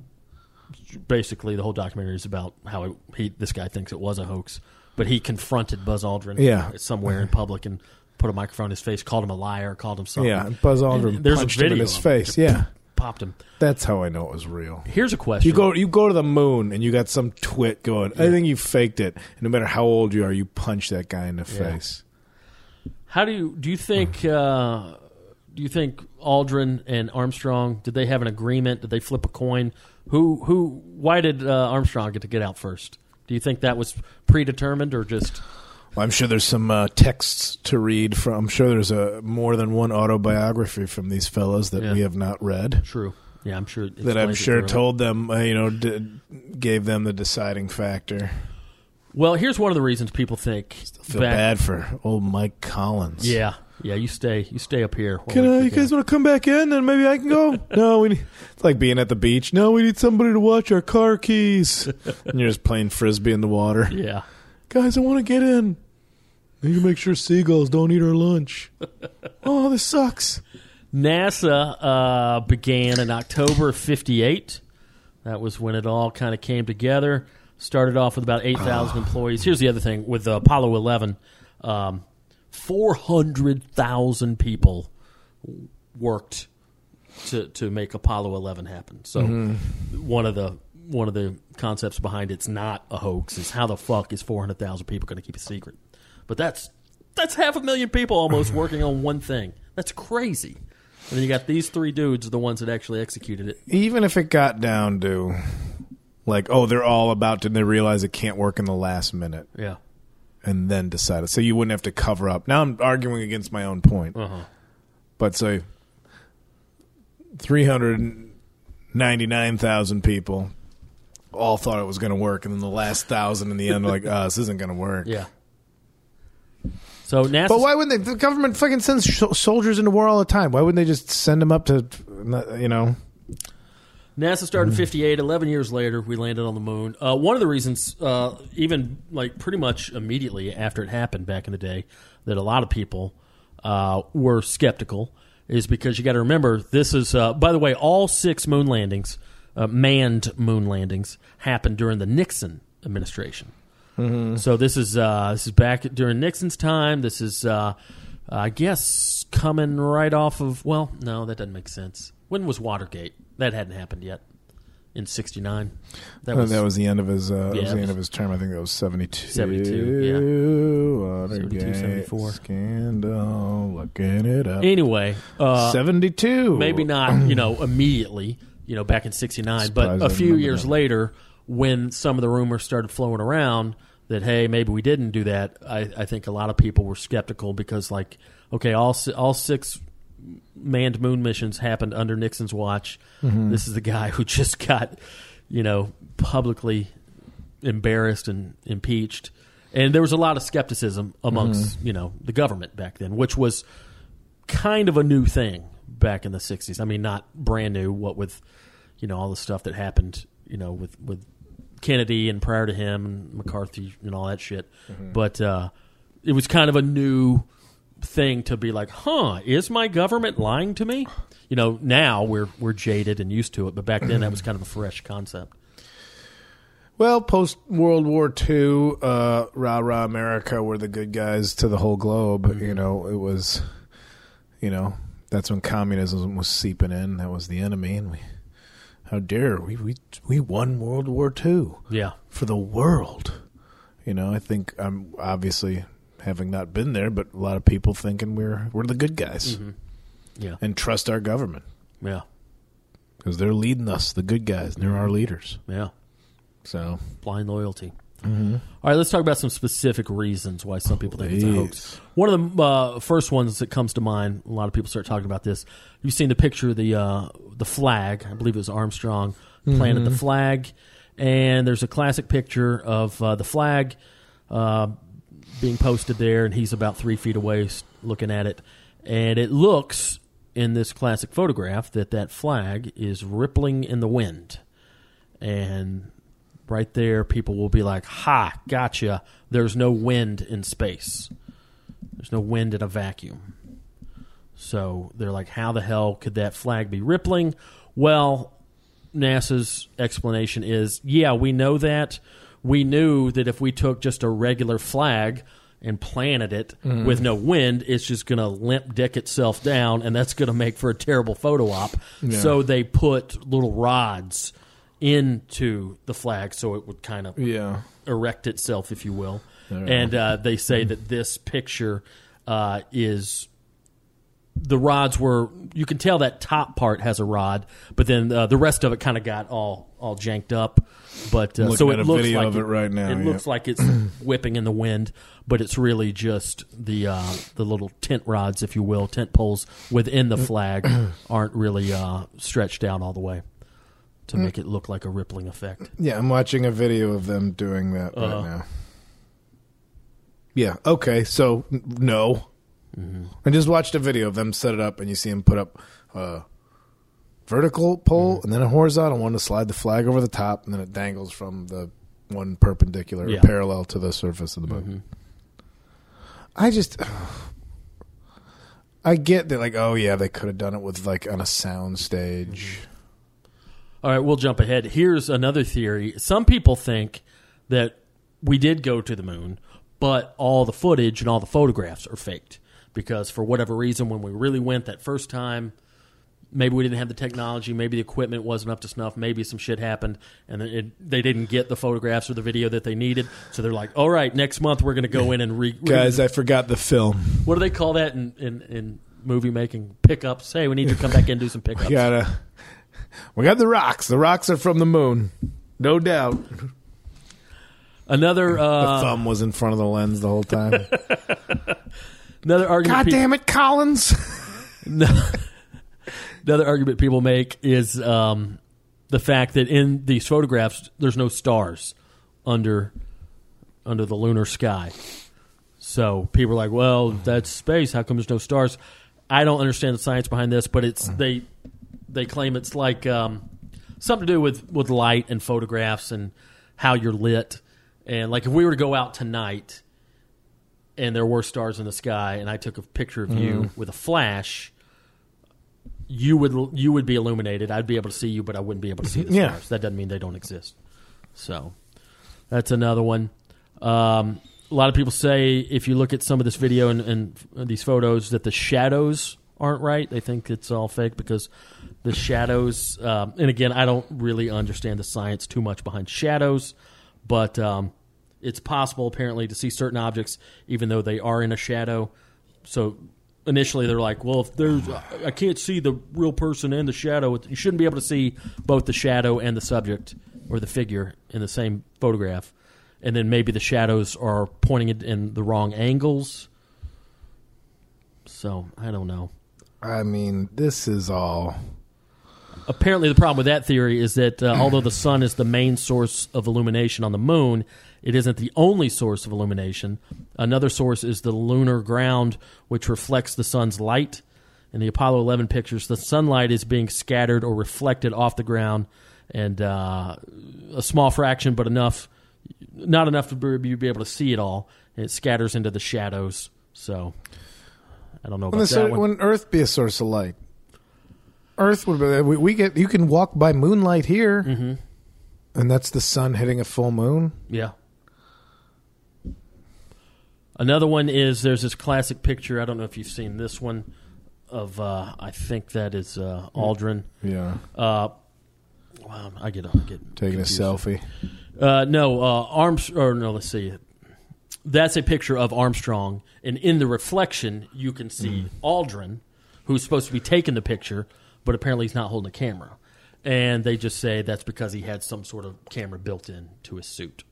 Speaker 4: basically the whole documentary is about how it, he this guy thinks it was a hoax, but he confronted Buzz Aldrin
Speaker 3: Yeah.
Speaker 4: somewhere in public and put a microphone in his face, called him a liar, called him something.
Speaker 3: Yeah, Buzz Aldrin
Speaker 4: And Oh. there's a
Speaker 3: punched him in
Speaker 4: video
Speaker 3: his
Speaker 4: of it.
Speaker 3: face. Yeah,
Speaker 4: popped him.
Speaker 3: that's how I know it was real.
Speaker 4: Here's a question.
Speaker 3: You go you go to the moon and you got some twit going. I think you faked it. And no matter how old you are, you punch that guy in the
Speaker 4: Yeah.
Speaker 3: face.
Speaker 4: How do you do you think?
Speaker 3: Hmm.
Speaker 4: Uh, do you think Aldrin and Armstrong did they have an agreement? Did they flip a coin? Who who? Why did uh, Armstrong get to get out first? Do you think that was predetermined or just?
Speaker 3: Well, I'm sure there's some uh, texts to read from. I'm sure there's a more than one autobiography from these fellows that
Speaker 4: Yeah.
Speaker 3: we have not read.
Speaker 4: True. Yeah, I'm sure. it
Speaker 3: That I'm
Speaker 4: explains it
Speaker 3: sure
Speaker 4: thoroughly.
Speaker 3: told them, uh, you know, d- gave them the deciding factor.
Speaker 4: Well, here's one of the reasons people think
Speaker 3: Feel bad for old Mike Collins.
Speaker 4: Yeah, yeah. You stay, you stay up here. while
Speaker 3: Can
Speaker 4: we
Speaker 3: I, you
Speaker 4: figure
Speaker 3: guys want to come back in and maybe I can go? no, we need, it's like being at the beach. No, we need somebody to watch our car keys. and you're just playing frisbee in the water.
Speaker 4: out- Yeah.
Speaker 3: Guys, I want to get in. Need to make sure seagulls don't eat our lunch. oh, this sucks.
Speaker 4: NASA uh, began in October of 58. That was when it all kind of came together. Started off with about 8,000 employees. Here's the other thing with Apollo 11 um, 400,000 people worked to, to make Apollo 11 happen. So one of the one of the concepts behind it's not a hoax is how the fuck is 400,000 people going to keep a secret? But that's that's half a million people almost working on one thing. That's crazy. And then you got these three dudes, the ones that actually executed it.
Speaker 3: Even if it got down to like, oh, they're all about to, and they realize it can't work in the last minute.
Speaker 4: Yeah.
Speaker 3: and then decided. So you wouldn't have to cover up. Now I'm arguing against my own point.
Speaker 4: Uh-huh.
Speaker 3: But so 399,000 people all thought it was going to work, and then the last thousand in the end, were like, oh, this isn't going to work.
Speaker 4: Yeah. So NASA.
Speaker 3: But why wouldn't they? The government fucking sends sho- soldiers into war all the time. Why wouldn't they just send them up to, you know?
Speaker 4: NASA started in 58. 11 years later, we landed on the moon. Uh, one of the reasons, uh, even like pretty much immediately after it happened back in the day, that a lot of people uh, were skeptical is because you got to remember this is, uh, by the way, all six moon landings, uh, manned moon landings, happened during the Nixon administration. So this is uh, this is back during Nixon's time. This is, uh, I guess, coming right off of. Well, no, that doesn't make sense. When was Watergate? That hadn't happened yet. In '69, that was,
Speaker 3: Uh, that was the end of his. Uh, that
Speaker 4: Yeah,
Speaker 3: was the
Speaker 4: it
Speaker 3: end
Speaker 4: was-
Speaker 3: of his term. I think that was seventy two.
Speaker 4: 72, yeah.
Speaker 3: Watergate
Speaker 4: 72, 74.
Speaker 3: scandal. Looking it up.
Speaker 4: anyway. Uh,
Speaker 3: 72.
Speaker 4: maybe not. You know, immediately. You know, back in '69, but
Speaker 3: Surprised
Speaker 4: a
Speaker 3: I
Speaker 4: few
Speaker 3: remember
Speaker 4: years
Speaker 3: that.
Speaker 4: later, when some of the rumors started flowing around that hey, maybe we didn't do that, I, I think a lot of people were skeptical because like, okay, all si- all six manned moon missions happened under Nixon's watch.
Speaker 3: Mm-hmm.
Speaker 4: This is the guy who just got, you know, publicly embarrassed and impeached. And there was a lot of skepticism amongst,
Speaker 3: Mm-hmm.
Speaker 4: you know, the government back then, which was kind of a new thing back in the 60s. I mean, not brand new, what with, you know, all the stuff that happened, you know, with, with Kennedy and prior to him and McCarthy and all that shit. But uh, it was kind of a new thing to be like, huh, is my government lying to me? You know, now we're we're jaded and used to it, but back then that was kind of a fresh concept.
Speaker 3: Well, post World War II, uh, rah rah America were the good guys to the whole globe. You know, it was, you know, that's when communism was seeping in. That was the enemy, and we, how dare we? We we won World War II
Speaker 4: Yeah.
Speaker 3: for the world. You know, I think I'm obviously having not been there, but a lot of people thinking we're we're the good guys
Speaker 4: Yeah.
Speaker 3: and trust our government
Speaker 4: Yeah.
Speaker 3: because they're leading us, the good guys. They're our leaders.
Speaker 4: Yeah.
Speaker 3: So
Speaker 4: blind loyalty. All right, let's talk about some specific reasons why some people think it's a hoax.
Speaker 3: Please.
Speaker 4: One of the uh, first ones that comes to mind, a lot of people start talking about this. You've seen the picture of the uh, the flag. I believe it was Armstrong planted the flag, and there's a classic picture of uh, the flag uh, being posted there, and he's about three feet away s- looking at it, and it looks in this classic photograph that that flag is rippling in the wind and right there people will be like ha gotcha there's no wind in space there's no wind in a vacuum so they're like how the hell could that flag be rippling well nasa's explanation is yeah we know that we knew that if we took just a regular flag and planted it with no wind it's just going to limp dick itself down and that's going to make for a terrible photo op so they put little rods into the flag so it would kind of
Speaker 3: yeah.
Speaker 4: erect itself, if you will. And uh, they say that this picture uh, is the rods were. You can tell that top part has a rod, but then uh, the rest of it kind of got all all janked up. But uh,
Speaker 3: Looking
Speaker 4: so it
Speaker 3: at a
Speaker 4: looks
Speaker 3: video
Speaker 4: like
Speaker 3: of it right now,
Speaker 4: It
Speaker 3: yeah.
Speaker 4: looks like it's whipping in the wind, but it's really just the uh, the little tent rods, if you will, tent poles within the flag aren't really uh, stretched out all the way.
Speaker 3: Mm.
Speaker 4: To make it look like a rippling effect.
Speaker 3: Yeah, I'm watching a video of them doing that right now. Yeah. Okay. So n- no. I just watched a video of them set it up, and you see them put up a vertical pole and then a horizontal one to slide the flag over the top, and then it dangles from the one perpendicular
Speaker 4: Yeah.
Speaker 3: or parallel to the surface of the boat. I just. I get that, like, oh yeah, they could have done it with like on a sound stage.
Speaker 4: All right, we'll jump ahead. Here's another theory. Some people think that we did go to the moon, but all the footage and all the photographs are faked because for whatever reason when we really went that first time maybe we didn't have the technology, maybe the equipment wasn't up to snuff, maybe some shit happened and then it, they didn't get the photographs or the video that they needed. So they're like, "All right, next month we're going to go in and re we're gonna
Speaker 3: Guys, I forgot the film.
Speaker 4: what do they call that in, in, in movie making pickups? Hey, we need you to come back in and do some pickups.
Speaker 3: We got to we got the rocks. The rocks are from the moon, no doubt.
Speaker 4: Another
Speaker 3: The
Speaker 4: uh,
Speaker 3: thumb was in front of the lens the whole time.
Speaker 4: another argument.
Speaker 3: God
Speaker 4: pe-
Speaker 3: damn it, Collins!
Speaker 4: another argument people make is um, the fact that in these photographs there's no stars under under the lunar sky. So people are like, "Well, that's space. How come there's no stars?" I don't understand the science behind this, but it's they they claim it's like um, something to do with with light and photographs and how you're lit. And like if we were to go out tonight and there were stars in the sky and I took a picture of you with a flash, you would you would be illuminated. I'd be able to see you, but I wouldn't be able to see the
Speaker 3: Yeah.
Speaker 4: stars. That doesn't mean they don't exist. So that's another one. Um, a lot of people say if you look at some of this video and, and these photos that the shadows aren't right. They think it's all fake because the shadows. Um, and again, I don't really understand the science too much behind shadows, but um, it's possible apparently to see certain objects even though they are in a shadow. So initially they're like, well, if there's, I can't see the real person and the shadow. You shouldn't be able to see both the shadow and the subject or the figure in the same photograph. And then maybe the shadows are pointing it in the wrong angles. So I don't know.
Speaker 3: I mean, this is all.
Speaker 4: Apparently, the problem with that theory is that uh, although the sun is the main source of illumination on the moon, it isn't the only source of illumination. Another source is the lunar ground, which reflects the sun's light. In the Apollo 11 pictures, the sunlight is being scattered or reflected off the ground, and uh, a small fraction, but enough, not enough to be, you be able to see it all. And it scatters into the shadows. So, I don't know about
Speaker 3: When, the,
Speaker 4: that
Speaker 3: sur-
Speaker 4: one.
Speaker 3: when Earth be a source of light, Earth would be. We, we get you can walk by moonlight here, and that's the sun hitting a full moon.
Speaker 4: Yeah. Another one is there's this classic picture. I don't know if you've seen this one of uh, I think that is uh,
Speaker 3: Hmm.
Speaker 4: Aldrin.
Speaker 3: Yeah,
Speaker 4: Wow, I get I get
Speaker 3: taking
Speaker 4: confused.
Speaker 3: a selfie.
Speaker 4: Uh, no, uh, arms or no, let's see. That's a picture of Armstrong, and in the reflection, you can see
Speaker 3: Hmm.
Speaker 4: Aldrin, who's supposed to be taking the picture, but apparently he's not holding a camera. And they just say that's because he had some sort of camera built in to his suit.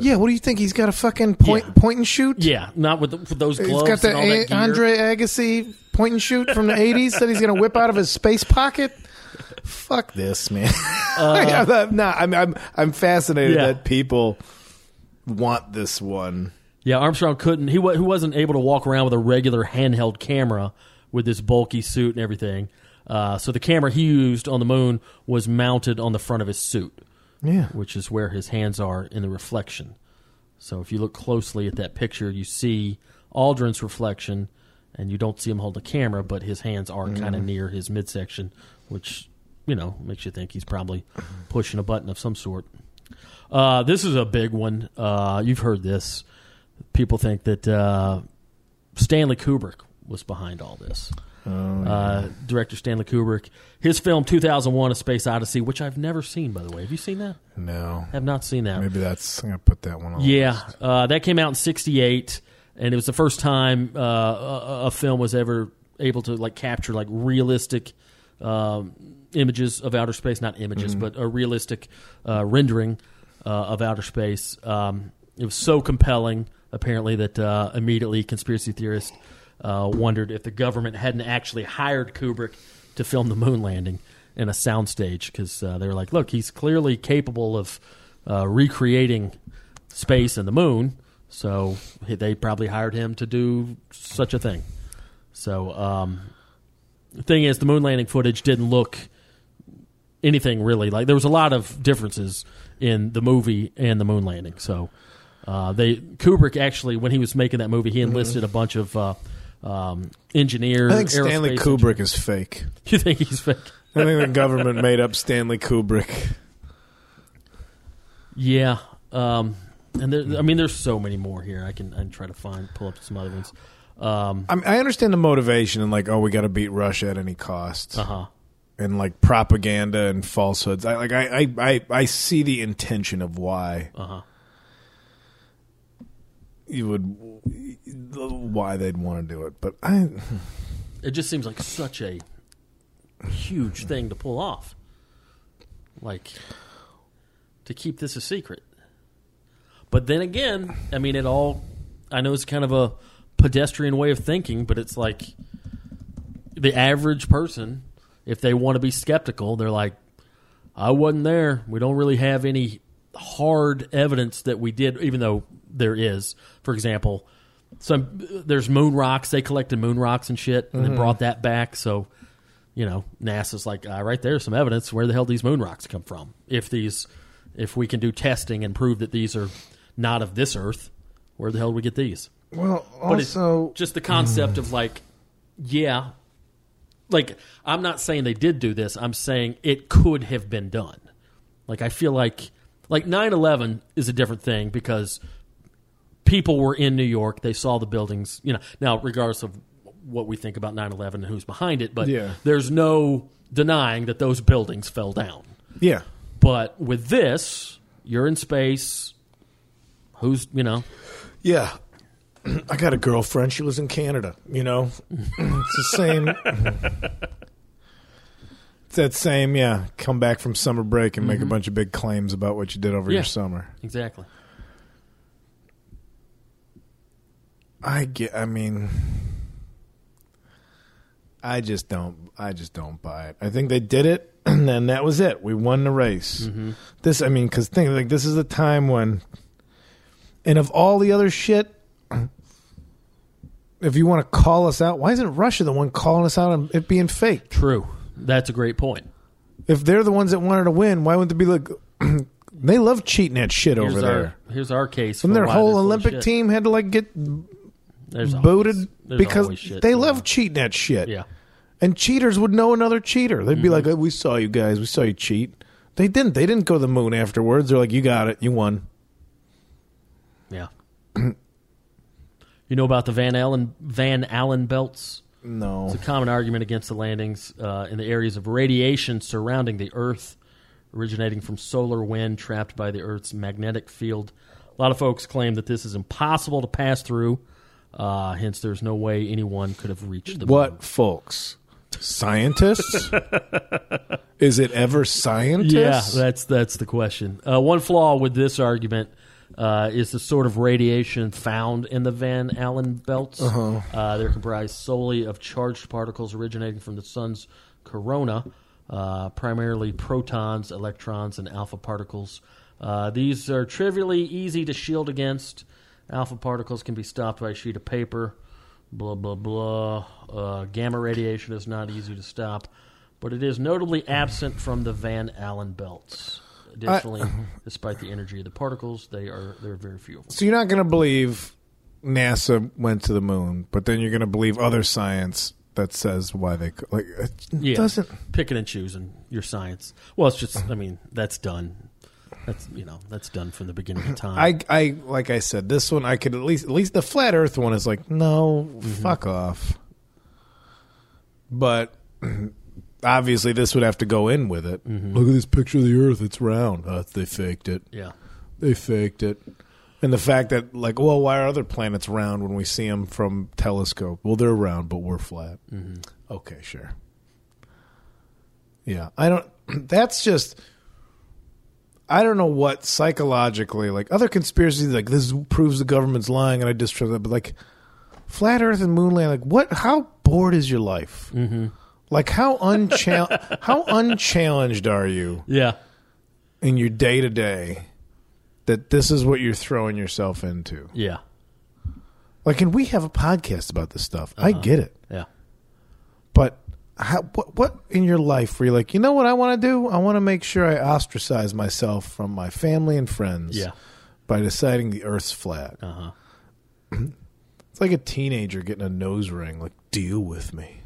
Speaker 3: yeah, what do you think? He's got a fucking point
Speaker 4: Yeah.
Speaker 3: point and shoot.
Speaker 4: Yeah, not with, the, with those gloves.
Speaker 3: He's got the
Speaker 4: and all that
Speaker 3: A-
Speaker 4: gear.
Speaker 3: Andre Agassi point and shoot from the '80s that he's going to whip out of his space pocket. Fuck this, man! I'm, not, no, I'm, I'm I'm fascinated
Speaker 4: Uh, Yeah.
Speaker 3: that people want this one.
Speaker 4: Yeah, Armstrong couldn't. He wa- who wasn't able to walk around with a regular handheld camera with this bulky suit and everything. Uh, so the camera he used on the moon was mounted on the front of his suit,
Speaker 3: Yeah,
Speaker 4: which is where his hands are in the reflection. So if you look closely at that picture, you see Aldrin's reflection, and you don't see him hold the camera, but his hands are kind of near his midsection, which you know makes you think he's probably pushing a button of some sort. Uh, this is a big one. Uh, you've heard this. People think that uh, Stanley Kubrick was behind all this.
Speaker 3: Oh,
Speaker 4: uh, director Stanley Kubrick, his film 2001: A Space Odyssey, which I've never seen, by the way. Have you seen that?
Speaker 3: no,
Speaker 4: I have not seen that.
Speaker 3: maybe that's I'm gonna put that one on.
Speaker 4: Yeah, uh, that came out in '68, and it was the first time uh, a, a film was ever able to like capture like realistic um, images of outer space, not images, but a realistic uh, rendering uh, of outer space. Um, it was so compelling, apparently, that uh, immediately conspiracy theorists uh, wondered if the government hadn't actually hired Kubrick to film the moon landing in a soundstage because uh, they were like, look, he's clearly capable of uh, recreating space and the moon. So he- they probably hired him to do such a thing. So um, the thing is, the moon landing footage didn't look anything really like. There was a lot of differences in the movie and the moon landing. So uh, they Kubrick actually, when he was making that movie, he enlisted a bunch of uh, um, engineers.
Speaker 3: Mm-hmm. I think Stanley
Speaker 4: aerospace
Speaker 3: Kubrick is fake.
Speaker 4: engi- You think he's fake?
Speaker 3: I think the government made up Stanley Kubrick.
Speaker 4: Yeah. Um, and there, I mean, there's so many more here. I can I can try to find pull up some other ones. Um,
Speaker 3: I, mean, I understand the motivation and like, oh, we got to beat Russia at any cost,
Speaker 4: uh huh.
Speaker 3: and like propaganda and falsehoods. I like, I, I, I, I see the intention of why
Speaker 4: Uh-huh.
Speaker 3: you would, why they'd want to do it. But I,
Speaker 4: It just seems like such a huge thing to pull off. Like to keep this a secret. But then again, I mean, it all. I know it's kind of a pedestrian way of thinking, but it's like the average person, if they want to be skeptical, they're like, I wasn't there. We don't really have any hard evidence that we did, even though there is. For example, some uh, there's moon rocks. They collected moon rocks and shit, and then brought that back. So, you know, NASA's like, ah, right there's some evidence. Where the hell these moon rocks come from? If these, if we can do testing and prove that these are not of this Earth, where the hell do we get these?
Speaker 3: well,
Speaker 4: But it's
Speaker 3: also,
Speaker 4: just the concept of like, yeah, like I'm not saying they did do this. I'm saying it could have been done. Like I feel like like 9/11 is a different thing because people were in New York. They saw the buildings. You know, now regardless of what we think about 9/11 and who's behind it, but
Speaker 3: Yeah.
Speaker 4: there's no denying that those buildings fell down.
Speaker 3: yeah,
Speaker 4: But with this, you're in space. Who's you know?
Speaker 3: yeah. I got a girlfriend. She lives in Canada. You know, it's the same. It's that same, yeah. Come back from summer break and make a bunch of big claims about what you did over
Speaker 4: Mm-hmm. Yeah.
Speaker 3: your summer.
Speaker 4: Exactly.
Speaker 3: I get. I mean, I just don't. I just don't buy it. I think they did it, and then that was it. We won the race.
Speaker 4: Mm-hmm.
Speaker 3: This, I mean, because think like this is the time when, and of all the other shit, if you want to call us out, why isn't Russia the one calling us out on it being faked?
Speaker 4: True. That's a great point.
Speaker 3: If they're the ones that wanted to win, why wouldn't they be like? they love cheating at shit
Speaker 4: Here's
Speaker 3: over
Speaker 4: our
Speaker 3: there.
Speaker 4: here's our case.
Speaker 3: And
Speaker 4: for
Speaker 3: their
Speaker 4: why
Speaker 3: whole
Speaker 4: this little
Speaker 3: Olympic
Speaker 4: shit-
Speaker 3: team had to like get
Speaker 4: There's always-
Speaker 3: booted
Speaker 4: there's always
Speaker 3: because
Speaker 4: shit
Speaker 3: they
Speaker 4: going
Speaker 3: love
Speaker 4: on.
Speaker 3: cheating at shit.
Speaker 4: Yeah, Mm-hmm.
Speaker 3: And cheaters would know another cheater. They'd be like, "Oh, "We saw you guys. We saw you cheat." They didn't. They didn't go to the moon afterwards. They're like, "You got it. You won."
Speaker 4: yeah. you know about the Van Allen Van Allen belts?
Speaker 3: No.
Speaker 4: It's a common argument against the landings uh, in the areas of radiation surrounding the Earth, originating from solar wind trapped by the Earth's magnetic field. A lot of folks claim that this is impossible to pass through. Uh, hence, there's no way anyone could have reached the moon.
Speaker 3: What folks? Scientists? Is it ever scientists?
Speaker 4: Yeah, that's that's the question. Uh, one flaw with this argument uh, is the sort of radiation found in the Van Allen belts. uh they're comprised solely of charged particles originating from the sun's corona, uh, primarily protons, electrons, and alpha particles. Uh, these are trivially easy to shield against. Alpha particles can be stopped by a sheet of paper blah blah blah. Uh, gamma radiation is not easy to stop, but it is notably absent from the Van Allen belts. Additionally, despite the energy of the particles, they are there are very few of them.
Speaker 3: so you're not going to believe NASA went to the moon, but then you're going to believe other science that says why they co- like it
Speaker 4: Yeah,
Speaker 3: doesn't.
Speaker 4: picking and choosing your science. Well, it's just I mean that's done. That's you know that's done from the beginning of time.
Speaker 3: I I like I said this one I could at least at least the flat Earth one is like no fuck off. But obviously this would have to go in with it. Look at this picture of the Earth; it's round. Uh, they faked it.
Speaker 4: yeah,
Speaker 3: They faked it. And the fact that like well why are other planets round when we see them from telescope? Well they're round but we're flat. Okay, sure. Yeah, I don't. That's just. I don't know what psychologically, like other conspiracies, like this proves the government's lying, and I distrust that. But like, flat Earth and moon land, like what? How bored is your life? Mm-hmm. Like how unchal- how unchallenged are you
Speaker 4: yeah.
Speaker 3: in your day to day that this is what you're throwing yourself into.
Speaker 4: Yeah.
Speaker 3: Like, and we have a podcast about this stuff. I
Speaker 4: Uh-huh.
Speaker 3: get it,
Speaker 4: Yeah.
Speaker 3: but how, what what in your life were you like? You know what I want to do? I want to make sure I ostracize myself from my family and friends.
Speaker 4: Yeah.
Speaker 3: by deciding the Earth's flat.
Speaker 4: Uh-huh.
Speaker 3: It's like a teenager getting a nose ring. Like, deal with me.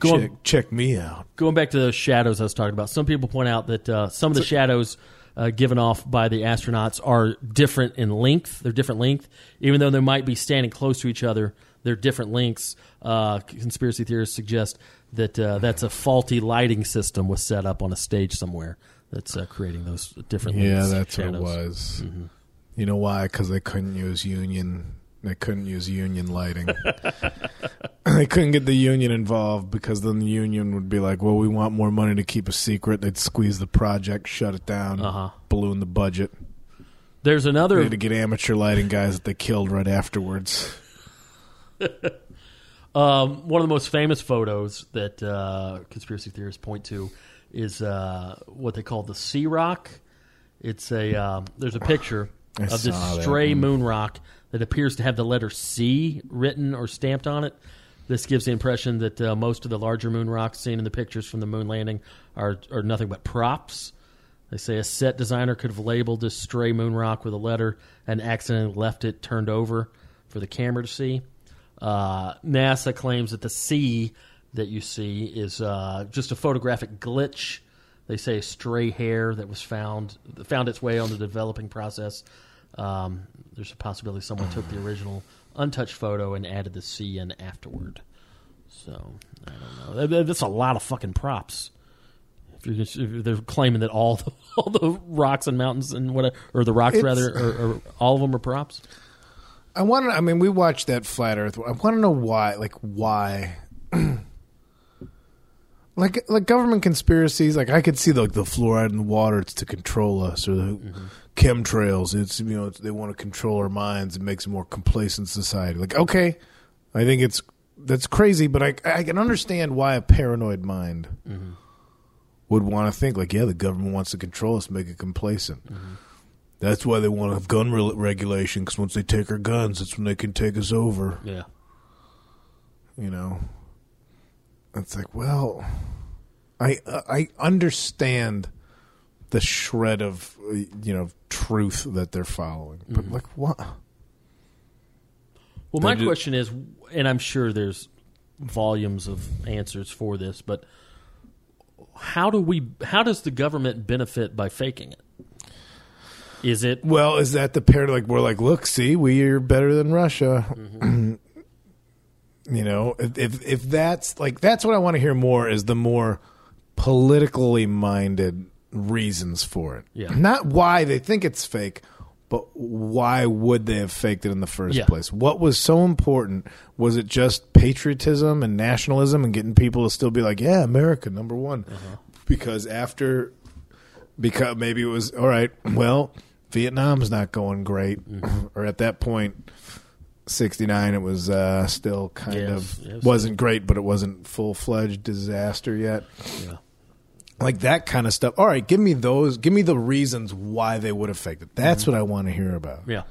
Speaker 4: Go
Speaker 3: check,
Speaker 4: on.
Speaker 3: check me out.
Speaker 4: Going back to those shadows I was talking about, some people point out that uh, some of the shadows uh, given off by the astronauts are different in length. They're different length, even though they might be standing close to each other. They're different lengths. Uh, conspiracy theorists suggest that uh, that's a faulty lighting system was set up on a stage somewhere that's uh, creating those different.
Speaker 3: Yeah,
Speaker 4: lengths of
Speaker 3: that's what it
Speaker 4: shadows.
Speaker 3: was. You know why? Because they couldn't use union. They couldn't use union lighting. they couldn't get the union involved because then the union would be like, "Well, we want more money to keep a secret." They'd squeeze the project, shut it down,
Speaker 4: Uh-huh.
Speaker 3: balloon the budget.
Speaker 4: There's
Speaker 3: They
Speaker 4: another
Speaker 3: had to get amateur lighting guys that they killed right afterwards.
Speaker 4: Um, one of the most famous photos that uh, conspiracy theorists point to is uh, what they call the sea rock. It's a um, there's a picture
Speaker 3: I
Speaker 4: of this
Speaker 3: saw that
Speaker 4: stray
Speaker 3: one.
Speaker 4: moon rock that appears to have the letter C written or stamped on it. This gives the impression that uh, most of the larger moon rocks seen in the pictures from the moon landing are are nothing but props. They say a set designer could have labeled this stray moon rock with a letter and accidentally left it turned over for the camera to see. Uh, NASA claims that the C that you see is uh, just a photographic glitch. They say a stray hair that was found found its way on the developing process. Um, there's a possibility someone took the original untouched photo and added the C in afterward. So I don't know. That- that- That's a lot of fucking props. If you're, just- if they're claiming that all the, all the rocks and mountains and whatever, or the rocks
Speaker 3: It's-
Speaker 4: rather, or, or all of them are props.
Speaker 3: I want to. I mean, we watched that flat Earth. I want to know why. Like why? like like government conspiracies. Like I could see like the fluoride in the water. It's to control us, or the chemtrails. It's you know it's, they want to control our minds. It makes a more complacent society. Like okay, I think it's that's crazy, but I I can understand why a paranoid mind would want to think like yeah, the government wants to control us, make it complacent. That's why they want to have gun re- regulation because once they take our guns, that's when they can take us over.
Speaker 4: Yeah.
Speaker 3: You know, it's like, well, I I understand the shred of uh, you know truth that they're following, but like what?
Speaker 4: Well, my
Speaker 3: They ju-
Speaker 4: question is, and I'm sure there's volumes of answers for this, but how do we? How does the government benefit by faking it? Is it
Speaker 3: Well, is that the pair? Like we're like, look, see, we're better than Russia.
Speaker 4: Mm-hmm.
Speaker 3: you know, if, if if that's like that's what I want to hear more is the more politically minded reasons for it.
Speaker 4: Yeah.
Speaker 3: Not why they think it's fake, but why would they have faked it in the first
Speaker 4: Yeah.
Speaker 3: place? What was so important? Was it just patriotism and nationalism and getting people to still be like, yeah, America number one?
Speaker 4: Uh-huh.
Speaker 3: Because after because maybe it was all right. Well, Vietnam's not going great,
Speaker 4: Mm-hmm.
Speaker 3: or at that point, sixty nine. It was uh, still kind
Speaker 4: Yes,
Speaker 3: of
Speaker 4: yes.
Speaker 3: wasn't great, but it wasn't full fledged disaster yet.
Speaker 4: Yeah.
Speaker 3: Like that kind of stuff. All right, give me those. Give me the reasons why they would have faked it. That's
Speaker 4: Mm-hmm.
Speaker 3: what I want to hear about.
Speaker 4: yeah?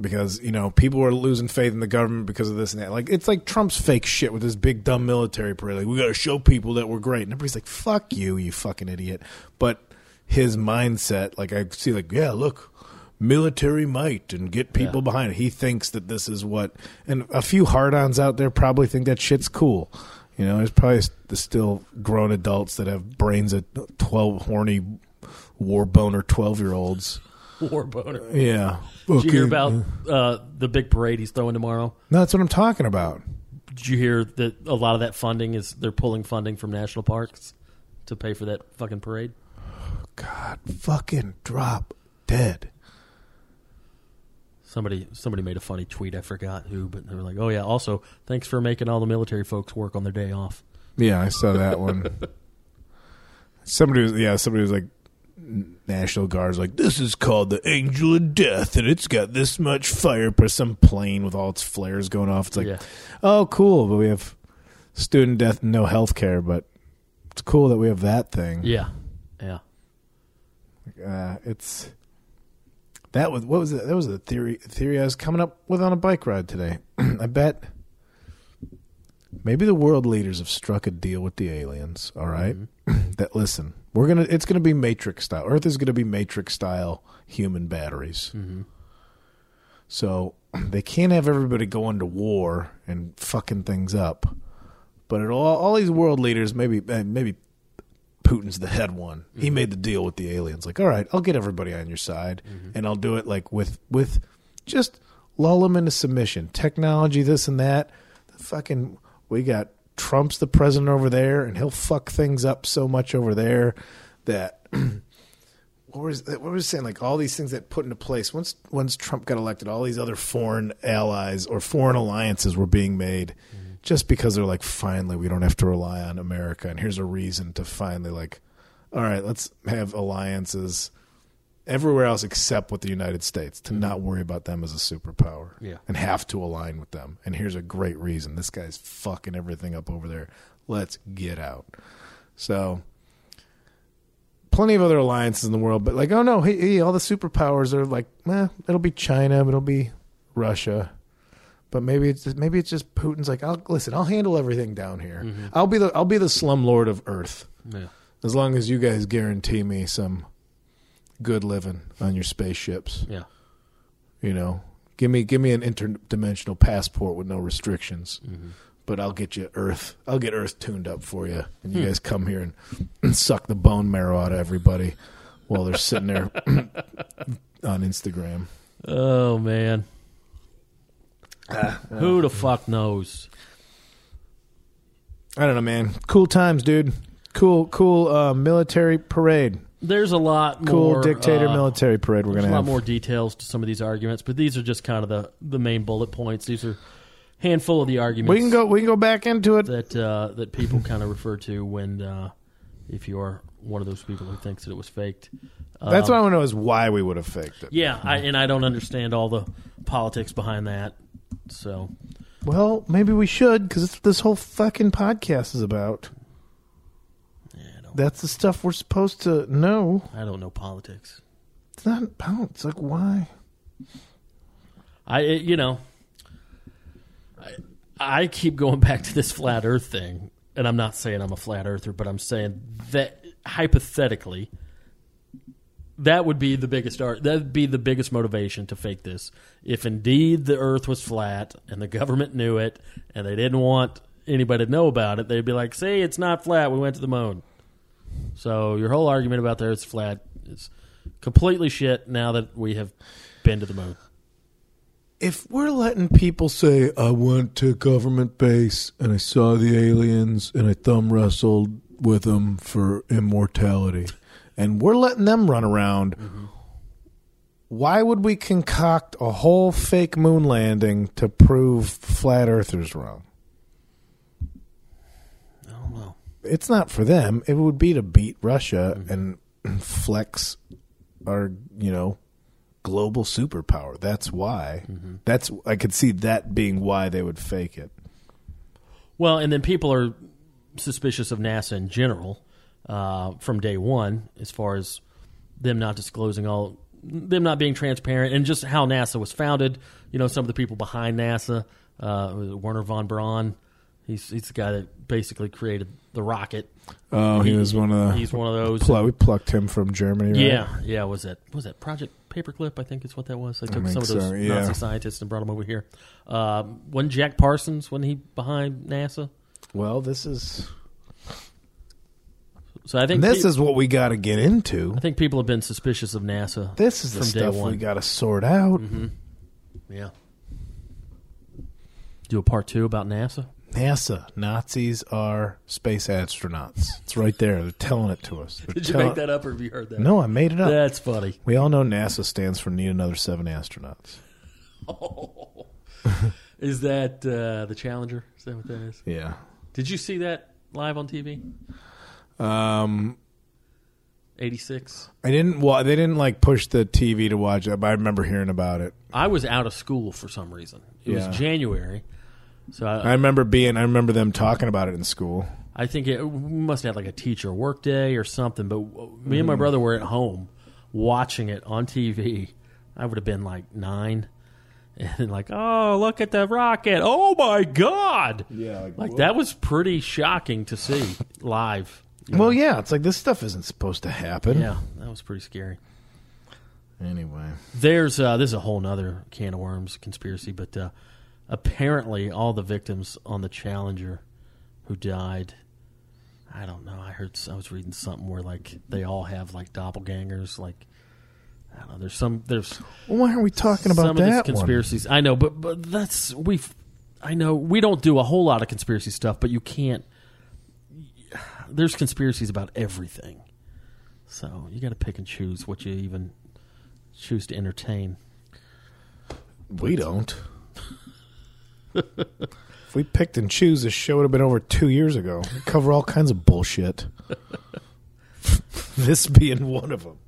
Speaker 3: Because you know people are losing faith in the government because of this and that. Like it's like Trump's fake shit with this big dumb military parade. Like we got to show people that we're great, and everybody's like, "Fuck you, you fucking idiot." But his mindset, like I see, like yeah, look, military might and get people behind it. He thinks that this is what, and a few hard-ons out there probably think that shit's cool. You know, there's probably s- still grown adults that have brains of twelve horny war boner twelve year olds.
Speaker 4: War boner.
Speaker 3: Yeah.
Speaker 4: Did you hear
Speaker 3: Uh, Okay.
Speaker 4: about uh, the big parade he's throwing tomorrow?
Speaker 3: No, that's what I'm talking about.
Speaker 4: Did you hear that a lot of that funding is they're pulling funding from national parks to pay for that fucking parade?
Speaker 3: God, fucking drop dead.
Speaker 4: Somebody somebody made a funny tweet. I forgot who, but they were like, "Oh yeah, also thanks for making all the military folks work on their day off."
Speaker 3: Yeah, I saw that one. somebody was yeah, somebody was like National Guard's like, this is called the Angel of Death and it's got this much fire per some plane with all its flares going off. It's like
Speaker 4: Yeah.
Speaker 3: oh cool, but we have student death and no health care, but it's cool that we have that thing.
Speaker 4: Yeah, yeah.
Speaker 3: Uh, it's That was what was it? That was a theory theory I was coming up with on a bike ride today. I bet maybe the world leaders have struck a deal with the aliens. All right? that listen, we're gonna it's gonna be Matrix style. Earth is gonna be Matrix style human batteries. So they can't have everybody going to war and fucking things up. But it all, all these world leaders, maybe eh, maybe Putin's the head one. He made the deal with the aliens. Like, all right, I'll get everybody on your side, and I'll do it like with with just lull them into submission. Technology, this and that. fucking, we got Trump's the president over there, and he'll fuck things up so much over there that what was what was it saying like all these things that put into place once once Trump got elected, all these other foreign allies or foreign alliances were being made just because they're like finally we don't have to rely on America and here's a reason to finally like all right let's have alliances everywhere else except with the United States to not worry about them as a superpower
Speaker 4: Yeah.
Speaker 3: and have to align with them and here's a great reason this guy's fucking everything up over there let's get out so plenty of other alliances in the world, but like, oh no, hey, hey, all the superpowers are like, eh, it'll be China, it'll be Russia, but maybe it's maybe it's just Putin's like, I'll listen, I'll handle everything down here. I'll be the I'll be the slumlord of Earth
Speaker 4: Yeah.
Speaker 3: as long as you guys guarantee me some good living on your spaceships.
Speaker 4: Yeah.
Speaker 3: You know, give me give me an interdimensional passport with no restrictions. But I'll get you Earth. I'll get Earth tuned up for you, and you guys come here and suck the bone marrow out of everybody while they're sitting there on Instagram.
Speaker 4: Oh man.
Speaker 3: Ah, oh.
Speaker 4: Who the fuck knows?
Speaker 3: I don't know, man. Cool times, dude. Cool, cool uh, military parade.
Speaker 4: There's a lot
Speaker 3: Cool
Speaker 4: more
Speaker 3: dictator
Speaker 4: uh,
Speaker 3: military parade. We're gonna
Speaker 4: There's a lot
Speaker 3: have
Speaker 4: more details to some of these arguments, but these are just kind of the the main bullet points. These are handful of the arguments.
Speaker 3: We can go. We can go back into it.
Speaker 4: that uh, that people kind of refer to when uh, if you are one of those people who thinks that it was faked. Uh,
Speaker 3: That's what I want to know is why we would have faked it.
Speaker 4: Yeah, I, and I don't understand all the politics behind that. So
Speaker 3: Well, maybe we should because this whole fucking podcast is about. That's the stuff we're supposed to know.
Speaker 4: I don't know politics.
Speaker 3: It's not about. It's like why?
Speaker 4: I it- you know, I, I keep going back to this flat Earth thing, and I'm not saying I'm a flat earther, but I'm saying that hypothetically, that would be the biggest art. That'd be the biggest motivation to fake this. If indeed the Earth was flat and the government knew it, and they didn't want anybody to know about it, they'd be like, "See, it's not flat. We went to the moon." So your whole argument about the Earth's flat is completely shit. Now that we have been to the moon.
Speaker 3: If we're letting people say, "I went to a government base and I saw the aliens and I thumb wrestled with them for immortality," and we're letting them run around, why would we concoct a whole fake moon landing to prove flat earthers wrong?
Speaker 4: I don't know. Mm-hmm.
Speaker 3: it's not for them. It would be to beat Russia and flex our, you know, global superpower. That's why.
Speaker 4: Mm-hmm.
Speaker 3: That's I could see that being why they would fake it.
Speaker 4: Well, and then people are suspicious of NASA in general uh, from day one, as far as them not disclosing all, them not being transparent, and just how NASA was founded. You know, some of the people behind NASA, uh, Werner von Braun, he's he's the guy that basically created the rocket.
Speaker 3: Oh, he, was one of the.
Speaker 4: He's one of those.
Speaker 3: Pl- we plucked him from Germany. Right?
Speaker 4: Yeah, yeah. Was that was that Project Paperclip? I think is what that was. They took
Speaker 3: think
Speaker 4: some of those
Speaker 3: so, yeah.
Speaker 4: Nazi scientists and brought them over here. Um, wasn't Jack Parsons wasn't he behind NASA?
Speaker 3: Well, this is
Speaker 4: So I think
Speaker 3: this
Speaker 4: pe-
Speaker 3: is what we got to get into.
Speaker 4: I think people have been suspicious of NASA.
Speaker 3: This is the
Speaker 4: from day
Speaker 3: stuff we
Speaker 4: one. Mm-hmm.
Speaker 3: got to sort out.
Speaker 4: Yeah. Do a part two about NASA.
Speaker 3: NASA Nazis are space astronauts. It's right there. They're telling it to us. They're tell-
Speaker 4: up, or have you heard that?
Speaker 3: No, I made it up.
Speaker 4: That's funny.
Speaker 3: We all know NASA stands for Need Another Seven Astronauts.
Speaker 4: Oh. Is that uh, the Challenger? Is that what that is?
Speaker 3: Yeah.
Speaker 4: Did you see that live on TV?
Speaker 3: Um,
Speaker 4: Eighty six.
Speaker 3: I didn't. Wa- they didn't like push the TV to watch it, but I remember hearing about it.
Speaker 4: I was out of school for some reason. It
Speaker 3: Yeah.
Speaker 4: was January, so
Speaker 3: I
Speaker 4: I,
Speaker 3: remember being. I remember them talking about it in school.
Speaker 4: I think it we must have had like a teacher work day or something. But w- me and my brother were at home watching it on TV. I would have been like nine, and like, oh, look at the rocket! Oh my god!
Speaker 3: Yeah, like,
Speaker 4: like that was pretty shocking to see live.
Speaker 3: Well, yeah, it's like this stuff isn't supposed to happen.
Speaker 4: Yeah, that was pretty scary.
Speaker 3: Anyway,
Speaker 4: There's uh, this is a whole nother can of worms conspiracy, but uh, apparently all the victims on the Challenger who died, I don't know. I heard I was reading something where like they all have like doppelgangers. Like I don't know. There's some there's
Speaker 3: well, why are we talking about
Speaker 4: some
Speaker 3: that
Speaker 4: of this
Speaker 3: one?
Speaker 4: conspiracies. I know, but but that's we've. I know we don't do a whole lot of conspiracy stuff, but you can't. There's conspiracies about everything, so you got to pick and choose what you even choose to entertain.
Speaker 3: We don't. if we picked and choose, this show would have been over two years ago. We cover all kinds of bullshit. this being one of them.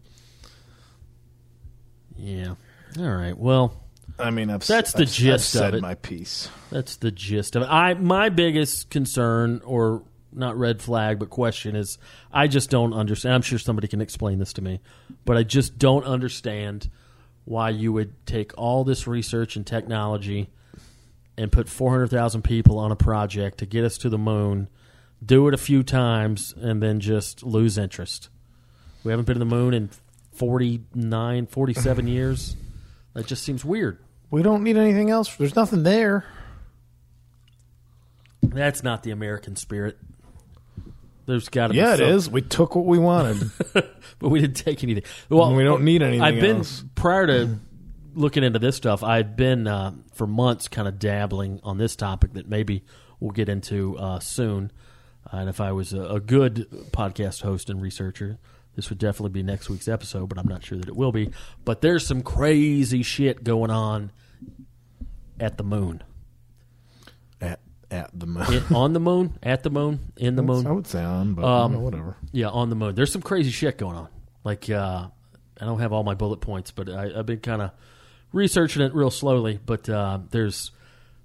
Speaker 4: Yeah. All right. Well,
Speaker 3: I mean, I've
Speaker 4: That's the
Speaker 3: I've- I've
Speaker 4: gist of
Speaker 3: said
Speaker 4: it.
Speaker 3: My piece.
Speaker 4: that's the gist of it. I my biggest concern or not red flag but question is I just don't understand. I'm sure somebody can explain this to me, but I just don't understand why you would take all this research and technology and put 400,000 people on a project to get us to the moon, do it a few times and then just lose interest. We haven't been to the moon in 49, 47 years. That just seems weird.
Speaker 3: We don't need anything else. There's nothing there.
Speaker 4: That's not the American spirit. There's got to
Speaker 3: Yeah,
Speaker 4: be
Speaker 3: it
Speaker 4: some-
Speaker 3: is. We took what we wanted.
Speaker 4: but we didn't take anything. Well,
Speaker 3: We don't need anything
Speaker 4: I've been
Speaker 3: else.
Speaker 4: prior to looking into this stuff. I'd been uh, for months kind of dabbling on this topic that maybe we'll get into uh, soon. Uh, and if I was a, a good podcast host and researcher, this would definitely be next week's episode. But I'm not sure that it will be. But there's some crazy shit going on at the moon,
Speaker 3: at, at the moon.
Speaker 4: In- on the moon, at the moon, in the moon.
Speaker 3: I would say on, but you know, whatever.
Speaker 4: Yeah, on the moon. There's some crazy shit going on. Like, uh, I don't have all my bullet points, but I, I've been kind of researching it real slowly. But uh, there's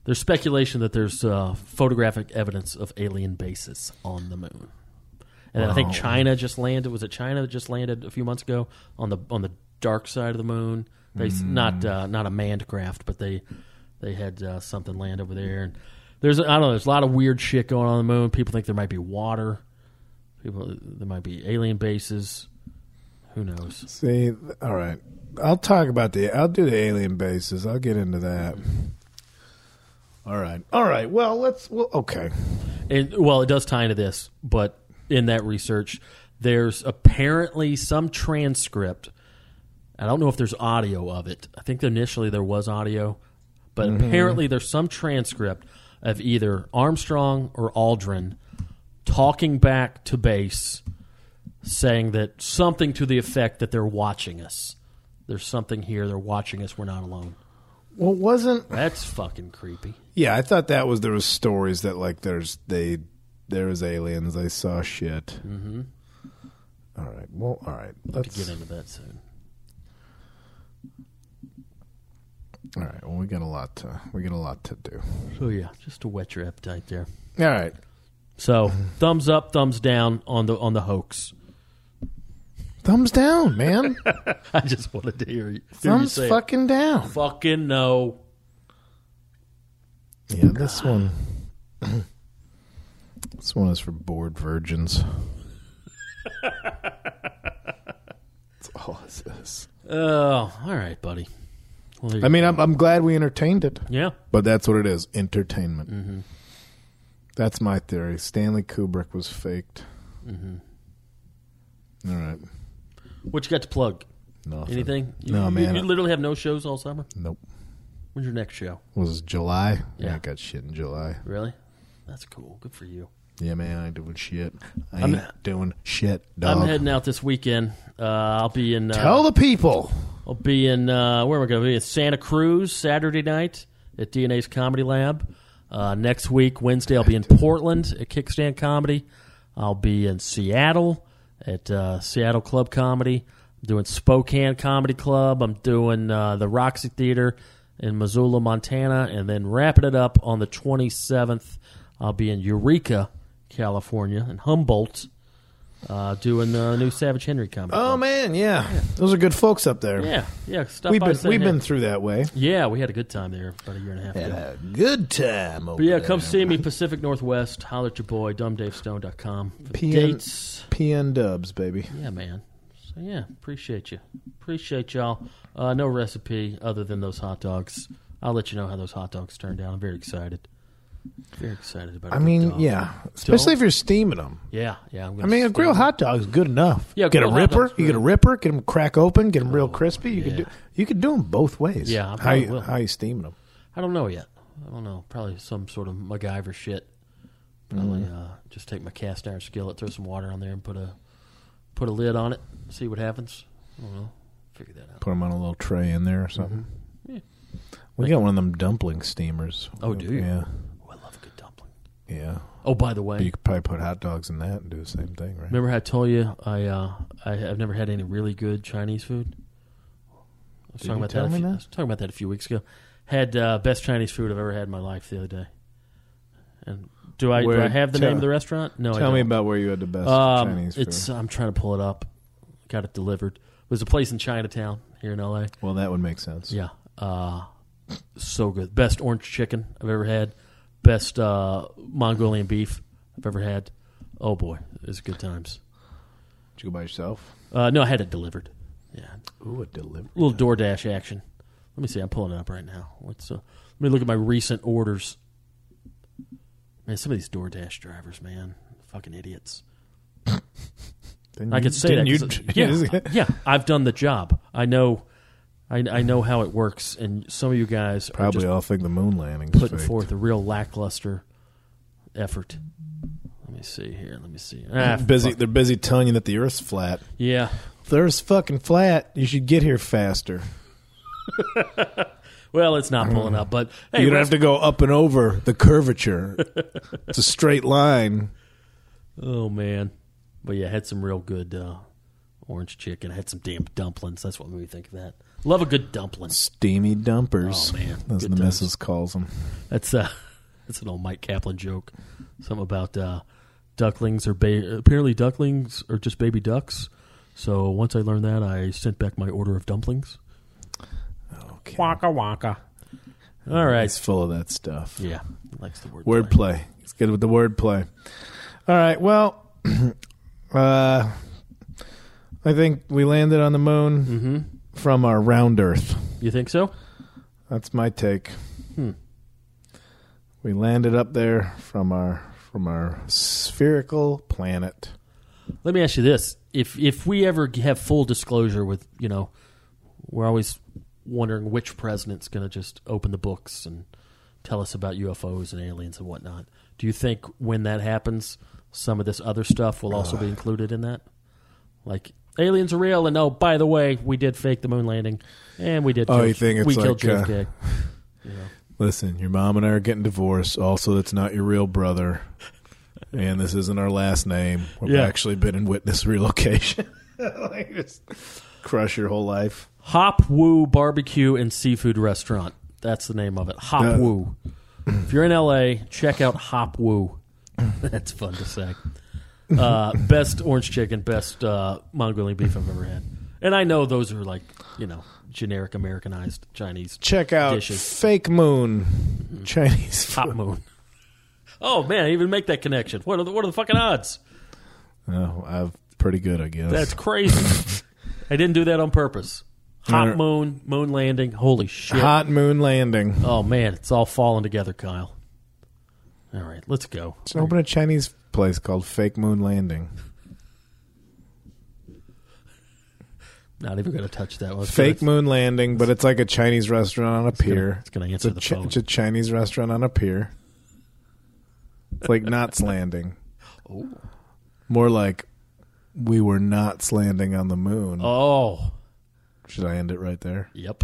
Speaker 4: there's speculation that there's uh, photographic evidence of alien bases on the moon, and then I think China just landed. Was it China that just landed a few months ago on the on the dark side of the moon? They s not uh, not a manned craft, but they they had uh, something land over there. And there's I don't know. There's a lot of weird shit going on, on the moon. People think there might be water. People, there might be alien bases. Who knows?
Speaker 3: See, all right. I'll talk about the. I'll do the alien bases. I'll get into that. All right. All right. Well, let's. Well, okay.
Speaker 4: And well, it does tie into this, but in that research, there's apparently some transcript. I don't know if there's audio of it. I think initially there was audio, but apparently there's some transcript of either Armstrong or Aldrin talking back to base, saying that something to the effect that they're watching us. There's something here. They're watching us. We're not alone.
Speaker 3: Well, wasn't
Speaker 4: That's fucking creepy.
Speaker 3: yeah? I thought that was there was stories that like there's they there was aliens. They saw shit. Mm-hmm. All right. Well, all right. Let's
Speaker 4: Get into that soon.
Speaker 3: All right. Well, we got a lot to we got a lot to do.
Speaker 4: So yeah, just to whet your appetite there.
Speaker 3: All right.
Speaker 4: So thumbs up, thumbs down on the on the hoax.
Speaker 3: Thumbs down, man.
Speaker 4: I just wanted to hear you. hear you
Speaker 3: Thumbs
Speaker 4: say it.
Speaker 3: fucking down.
Speaker 4: fucking no.
Speaker 3: Yeah, this one. this one is for bored virgins. That's all this is.
Speaker 4: Oh, all right, buddy. Well, there you
Speaker 3: I mean, I'm, I'm glad we entertained it,
Speaker 4: go. yeah,
Speaker 3: but that's what it is entertainment.
Speaker 4: Mm-hmm.
Speaker 3: That's my theory. Stanley Kubrick was faked.
Speaker 4: Mm-hmm.
Speaker 3: All right.
Speaker 4: what you got to plug?
Speaker 3: Nothing.
Speaker 4: Anything? You,
Speaker 3: No,
Speaker 4: you-
Speaker 3: man.
Speaker 4: You, literally have no shows all summer.
Speaker 3: Nope.
Speaker 4: When's your next show?
Speaker 3: Was it July? Yeah.
Speaker 4: Yeah.
Speaker 3: I got shit in July.
Speaker 4: Really? That's cool. Good for you.
Speaker 3: Yeah, man, I ain't doing shit. I
Speaker 4: I'm-
Speaker 3: ain't doing shit, dog.
Speaker 4: I'm heading out this weekend. Uh, I'll be in. Uh,
Speaker 3: Tell the people.
Speaker 4: I'll be in uh, where am I going to be? In Santa Cruz Saturday night at DNA's Comedy Lab. Uh, next week Wednesday I'll be in Portland at Kickstand Comedy. I'll be in Seattle at uh, Seattle Club Comedy. I'm doing Spokane Comedy Club. I'm doing uh, the Roxy Theater in Missoula, Montana, and then wrapping it up on the 27th. I'll be in Eureka, California, and Humboldt. uh, doing the new Savage Henry comedy.
Speaker 3: Oh
Speaker 4: club.
Speaker 3: man, yeah. Those are good folks up there.
Speaker 4: Yeah, yeah. Stop
Speaker 3: We've
Speaker 4: by
Speaker 3: been
Speaker 4: say
Speaker 3: we've
Speaker 4: hey.
Speaker 3: been through that way.
Speaker 4: Yeah, we had a good time there about a year and a half ago.
Speaker 3: good time over
Speaker 4: But yeah, come see me, Pacific Northwest. Holler at your boy, dumbdavestone.com. For the
Speaker 3: PN
Speaker 4: dates.
Speaker 3: PN dubs, baby.
Speaker 4: Yeah, man. So yeah, appreciate you. Appreciate y'all. Uh, no recipe other than those hot dogs. I'll let you know how those hot dogs turned out. I'm very excited. Very excited about. a
Speaker 3: I
Speaker 4: good
Speaker 3: mean,
Speaker 4: dog.
Speaker 3: yeah. Especially if you're steaming them.
Speaker 4: yeah, yeah. I'm
Speaker 3: I mean, a grilled hot dog's good enough.
Speaker 4: Yeah,
Speaker 3: get a
Speaker 4: grilled hot
Speaker 3: ripper.
Speaker 4: dog's
Speaker 3: You get a
Speaker 4: good.
Speaker 3: ripper. Get them crack open. Get them real crispy. You could
Speaker 4: yeah.
Speaker 3: do. You could do them both ways.
Speaker 4: Yeah, I
Speaker 3: how
Speaker 4: probably
Speaker 3: you,
Speaker 4: will.
Speaker 3: how you steaming them?
Speaker 4: I don't know yet. I don't know. Probably some sort of MacGyver shit. Probably uh, just take my cast iron skillet, throw some water on there, and put a put a lid on it. See what happens. I don't know. Figure that out.
Speaker 3: Put them on a little tray in
Speaker 4: Mm-hmm.
Speaker 3: there or something. We got one of them dumpling steamers.
Speaker 4: Oh, do you?
Speaker 3: Yeah,
Speaker 4: Oh, I love a good dumpling.
Speaker 3: yeah.
Speaker 4: Oh, by the
Speaker 3: But
Speaker 4: way,
Speaker 3: you could probably put hot dogs in that and do the same thing, right?
Speaker 4: remember how I told you I uh, I have never had any really good Chinese food. I was
Speaker 3: Did
Speaker 4: talking
Speaker 3: you
Speaker 4: about
Speaker 3: tell
Speaker 4: that. a
Speaker 3: me
Speaker 4: few-
Speaker 3: that?
Speaker 4: I was talking about that a few weeks ago. Had uh, best Chinese food I've ever had in my life the other day. And do I do
Speaker 3: Where-
Speaker 4: I have the
Speaker 3: tell-
Speaker 4: name of the restaurant? No, I
Speaker 3: Tell me
Speaker 4: don't.
Speaker 3: about where you had the best
Speaker 4: uh, Um,
Speaker 3: Chinese food.
Speaker 4: it's I'm trying to pull it up. Got it delivered. It was a place in Chinatown here in LA.
Speaker 3: well, that would make sense.
Speaker 4: Yeah. Uh, so good. Best orange chicken I've ever had. Best uh, Mongolian beef I've ever had. Oh boy, it was good times.
Speaker 3: Did you go by yourself?
Speaker 4: Uh, no, I had it delivered. Yeah.
Speaker 3: Ooh, a delivery.
Speaker 4: A little DoorDash action. Let me see. I'm pulling it up right now. What's uh, let me look at my recent orders. Man, some of these DoorDash drivers, man, fucking idiots.
Speaker 3: Didn't
Speaker 4: I
Speaker 3: you-
Speaker 4: could say that.
Speaker 3: Mm-hmm. didn't you-
Speaker 4: 'cause- yeah, yeah. I've done the job. I know. I, I know how it works, and some of you guys are
Speaker 3: Probably
Speaker 4: just
Speaker 3: all think the moon landing.
Speaker 4: putting forth a real lackluster effort. Let me see here. Let me see. Ah,
Speaker 3: busy.
Speaker 4: fuck.
Speaker 3: They're busy telling you that the Earth's flat.
Speaker 4: Yeah.
Speaker 3: If the Earth's fucking flat. You should get here faster.
Speaker 4: Well, it's not pulling up, but hey,
Speaker 3: you don't have to go up and over the curvature. it's a straight line.
Speaker 4: Oh man, but yeah, I had some real good uh, orange chicken. I had some damn dumplings. That's what made me think of that. Love a good dumpling.
Speaker 3: Steamy dumpers.
Speaker 4: Oh, man.
Speaker 3: As
Speaker 4: Good
Speaker 3: the
Speaker 4: times.
Speaker 3: missus calls them.
Speaker 4: That's uh, that's an old Mike Kaplan joke. Something about uh, ducklings or ba- apparently ducklings are just baby ducks. So once I learned that, I sent back my order of dumplings.
Speaker 3: Okay.
Speaker 4: Waka waka. All right.
Speaker 3: It's full of that stuff.
Speaker 4: Yeah, likes the word. play.
Speaker 3: Wordplay. It's good with the wordplay. All right. Well, uh, I think we landed on the moon from our round Earth.
Speaker 4: You think so?
Speaker 3: That's my take. We landed up there from our from our spherical planet.
Speaker 4: Let me ask you this: if if we ever g- have full disclosure with you know, we're always wondering which president's going to just open the books and tell us about UFOs and aliens and whatnot. Do you think when that happens, some of this other stuff will also be included in that? Like aliens are real, and oh, by the way, we did fake the moon landing, and we did.
Speaker 3: Oh,
Speaker 4: kill-
Speaker 3: you think it's
Speaker 4: we killed
Speaker 3: like, uh,
Speaker 4: JFK?
Speaker 3: Listen, your mom and I are getting divorced. Also, that's not your real brother. And this isn't our last name. We've
Speaker 4: Yeah.
Speaker 3: actually been in witness relocation. like just crush your whole life.
Speaker 4: Hop Woo Barbecue and Seafood Restaurant. That's the name of it. Hop
Speaker 3: Uh,
Speaker 4: Woo. If you're in LA, check out Hop Woo. That's fun to say. Uh, best orange chicken, best uh, Mongolian beef I've ever had. And I know those are like, you know, generic Americanized Chinese.
Speaker 3: Check out
Speaker 4: Dishes.
Speaker 3: Fake Moon Chinese food.
Speaker 4: Hop Moon. Oh, man, I even make that connection. What are the, what are the fucking odds?
Speaker 3: Oh, I'm pretty good, I guess.
Speaker 4: That's crazy. I didn't do that on purpose.
Speaker 3: All
Speaker 4: Hot
Speaker 3: right.
Speaker 4: Moon, Moon Landing. Holy shit.
Speaker 3: Hot moon landing.
Speaker 4: Oh man, it's all falling together, Kyle. All right, let's go.
Speaker 3: Just open a Chinese place called Fake Moon Landing.
Speaker 4: Not even going to touch that one.
Speaker 3: Fake moon landing, but it's like a Chinese restaurant on a pier.
Speaker 4: it's gonna answer
Speaker 3: a
Speaker 4: the
Speaker 3: Chi-
Speaker 4: phone.
Speaker 3: It's a Chinese restaurant on a pier. It's like Knots Landing. More like we were not landing on the moon.
Speaker 4: Oh,
Speaker 3: Should I end it right there?
Speaker 4: yep.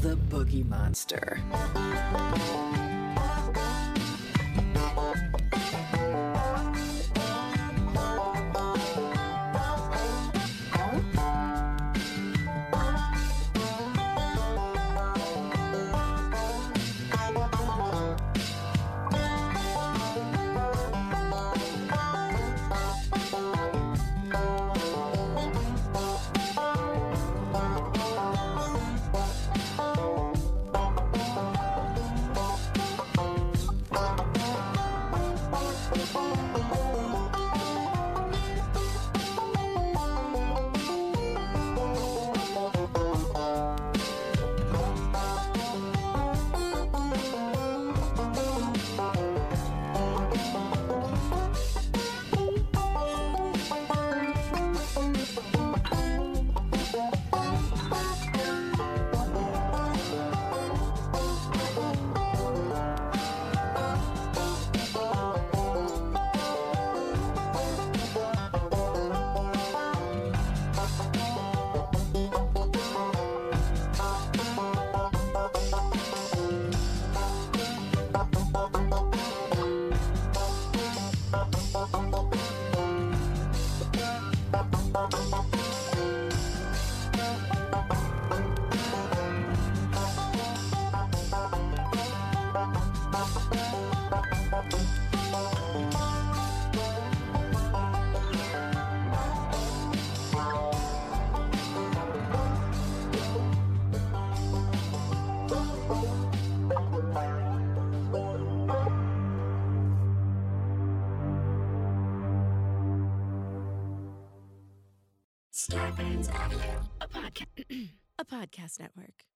Speaker 2: The Boogie Monster.
Speaker 7: Star Bands Audio, a, podca- a podcast network.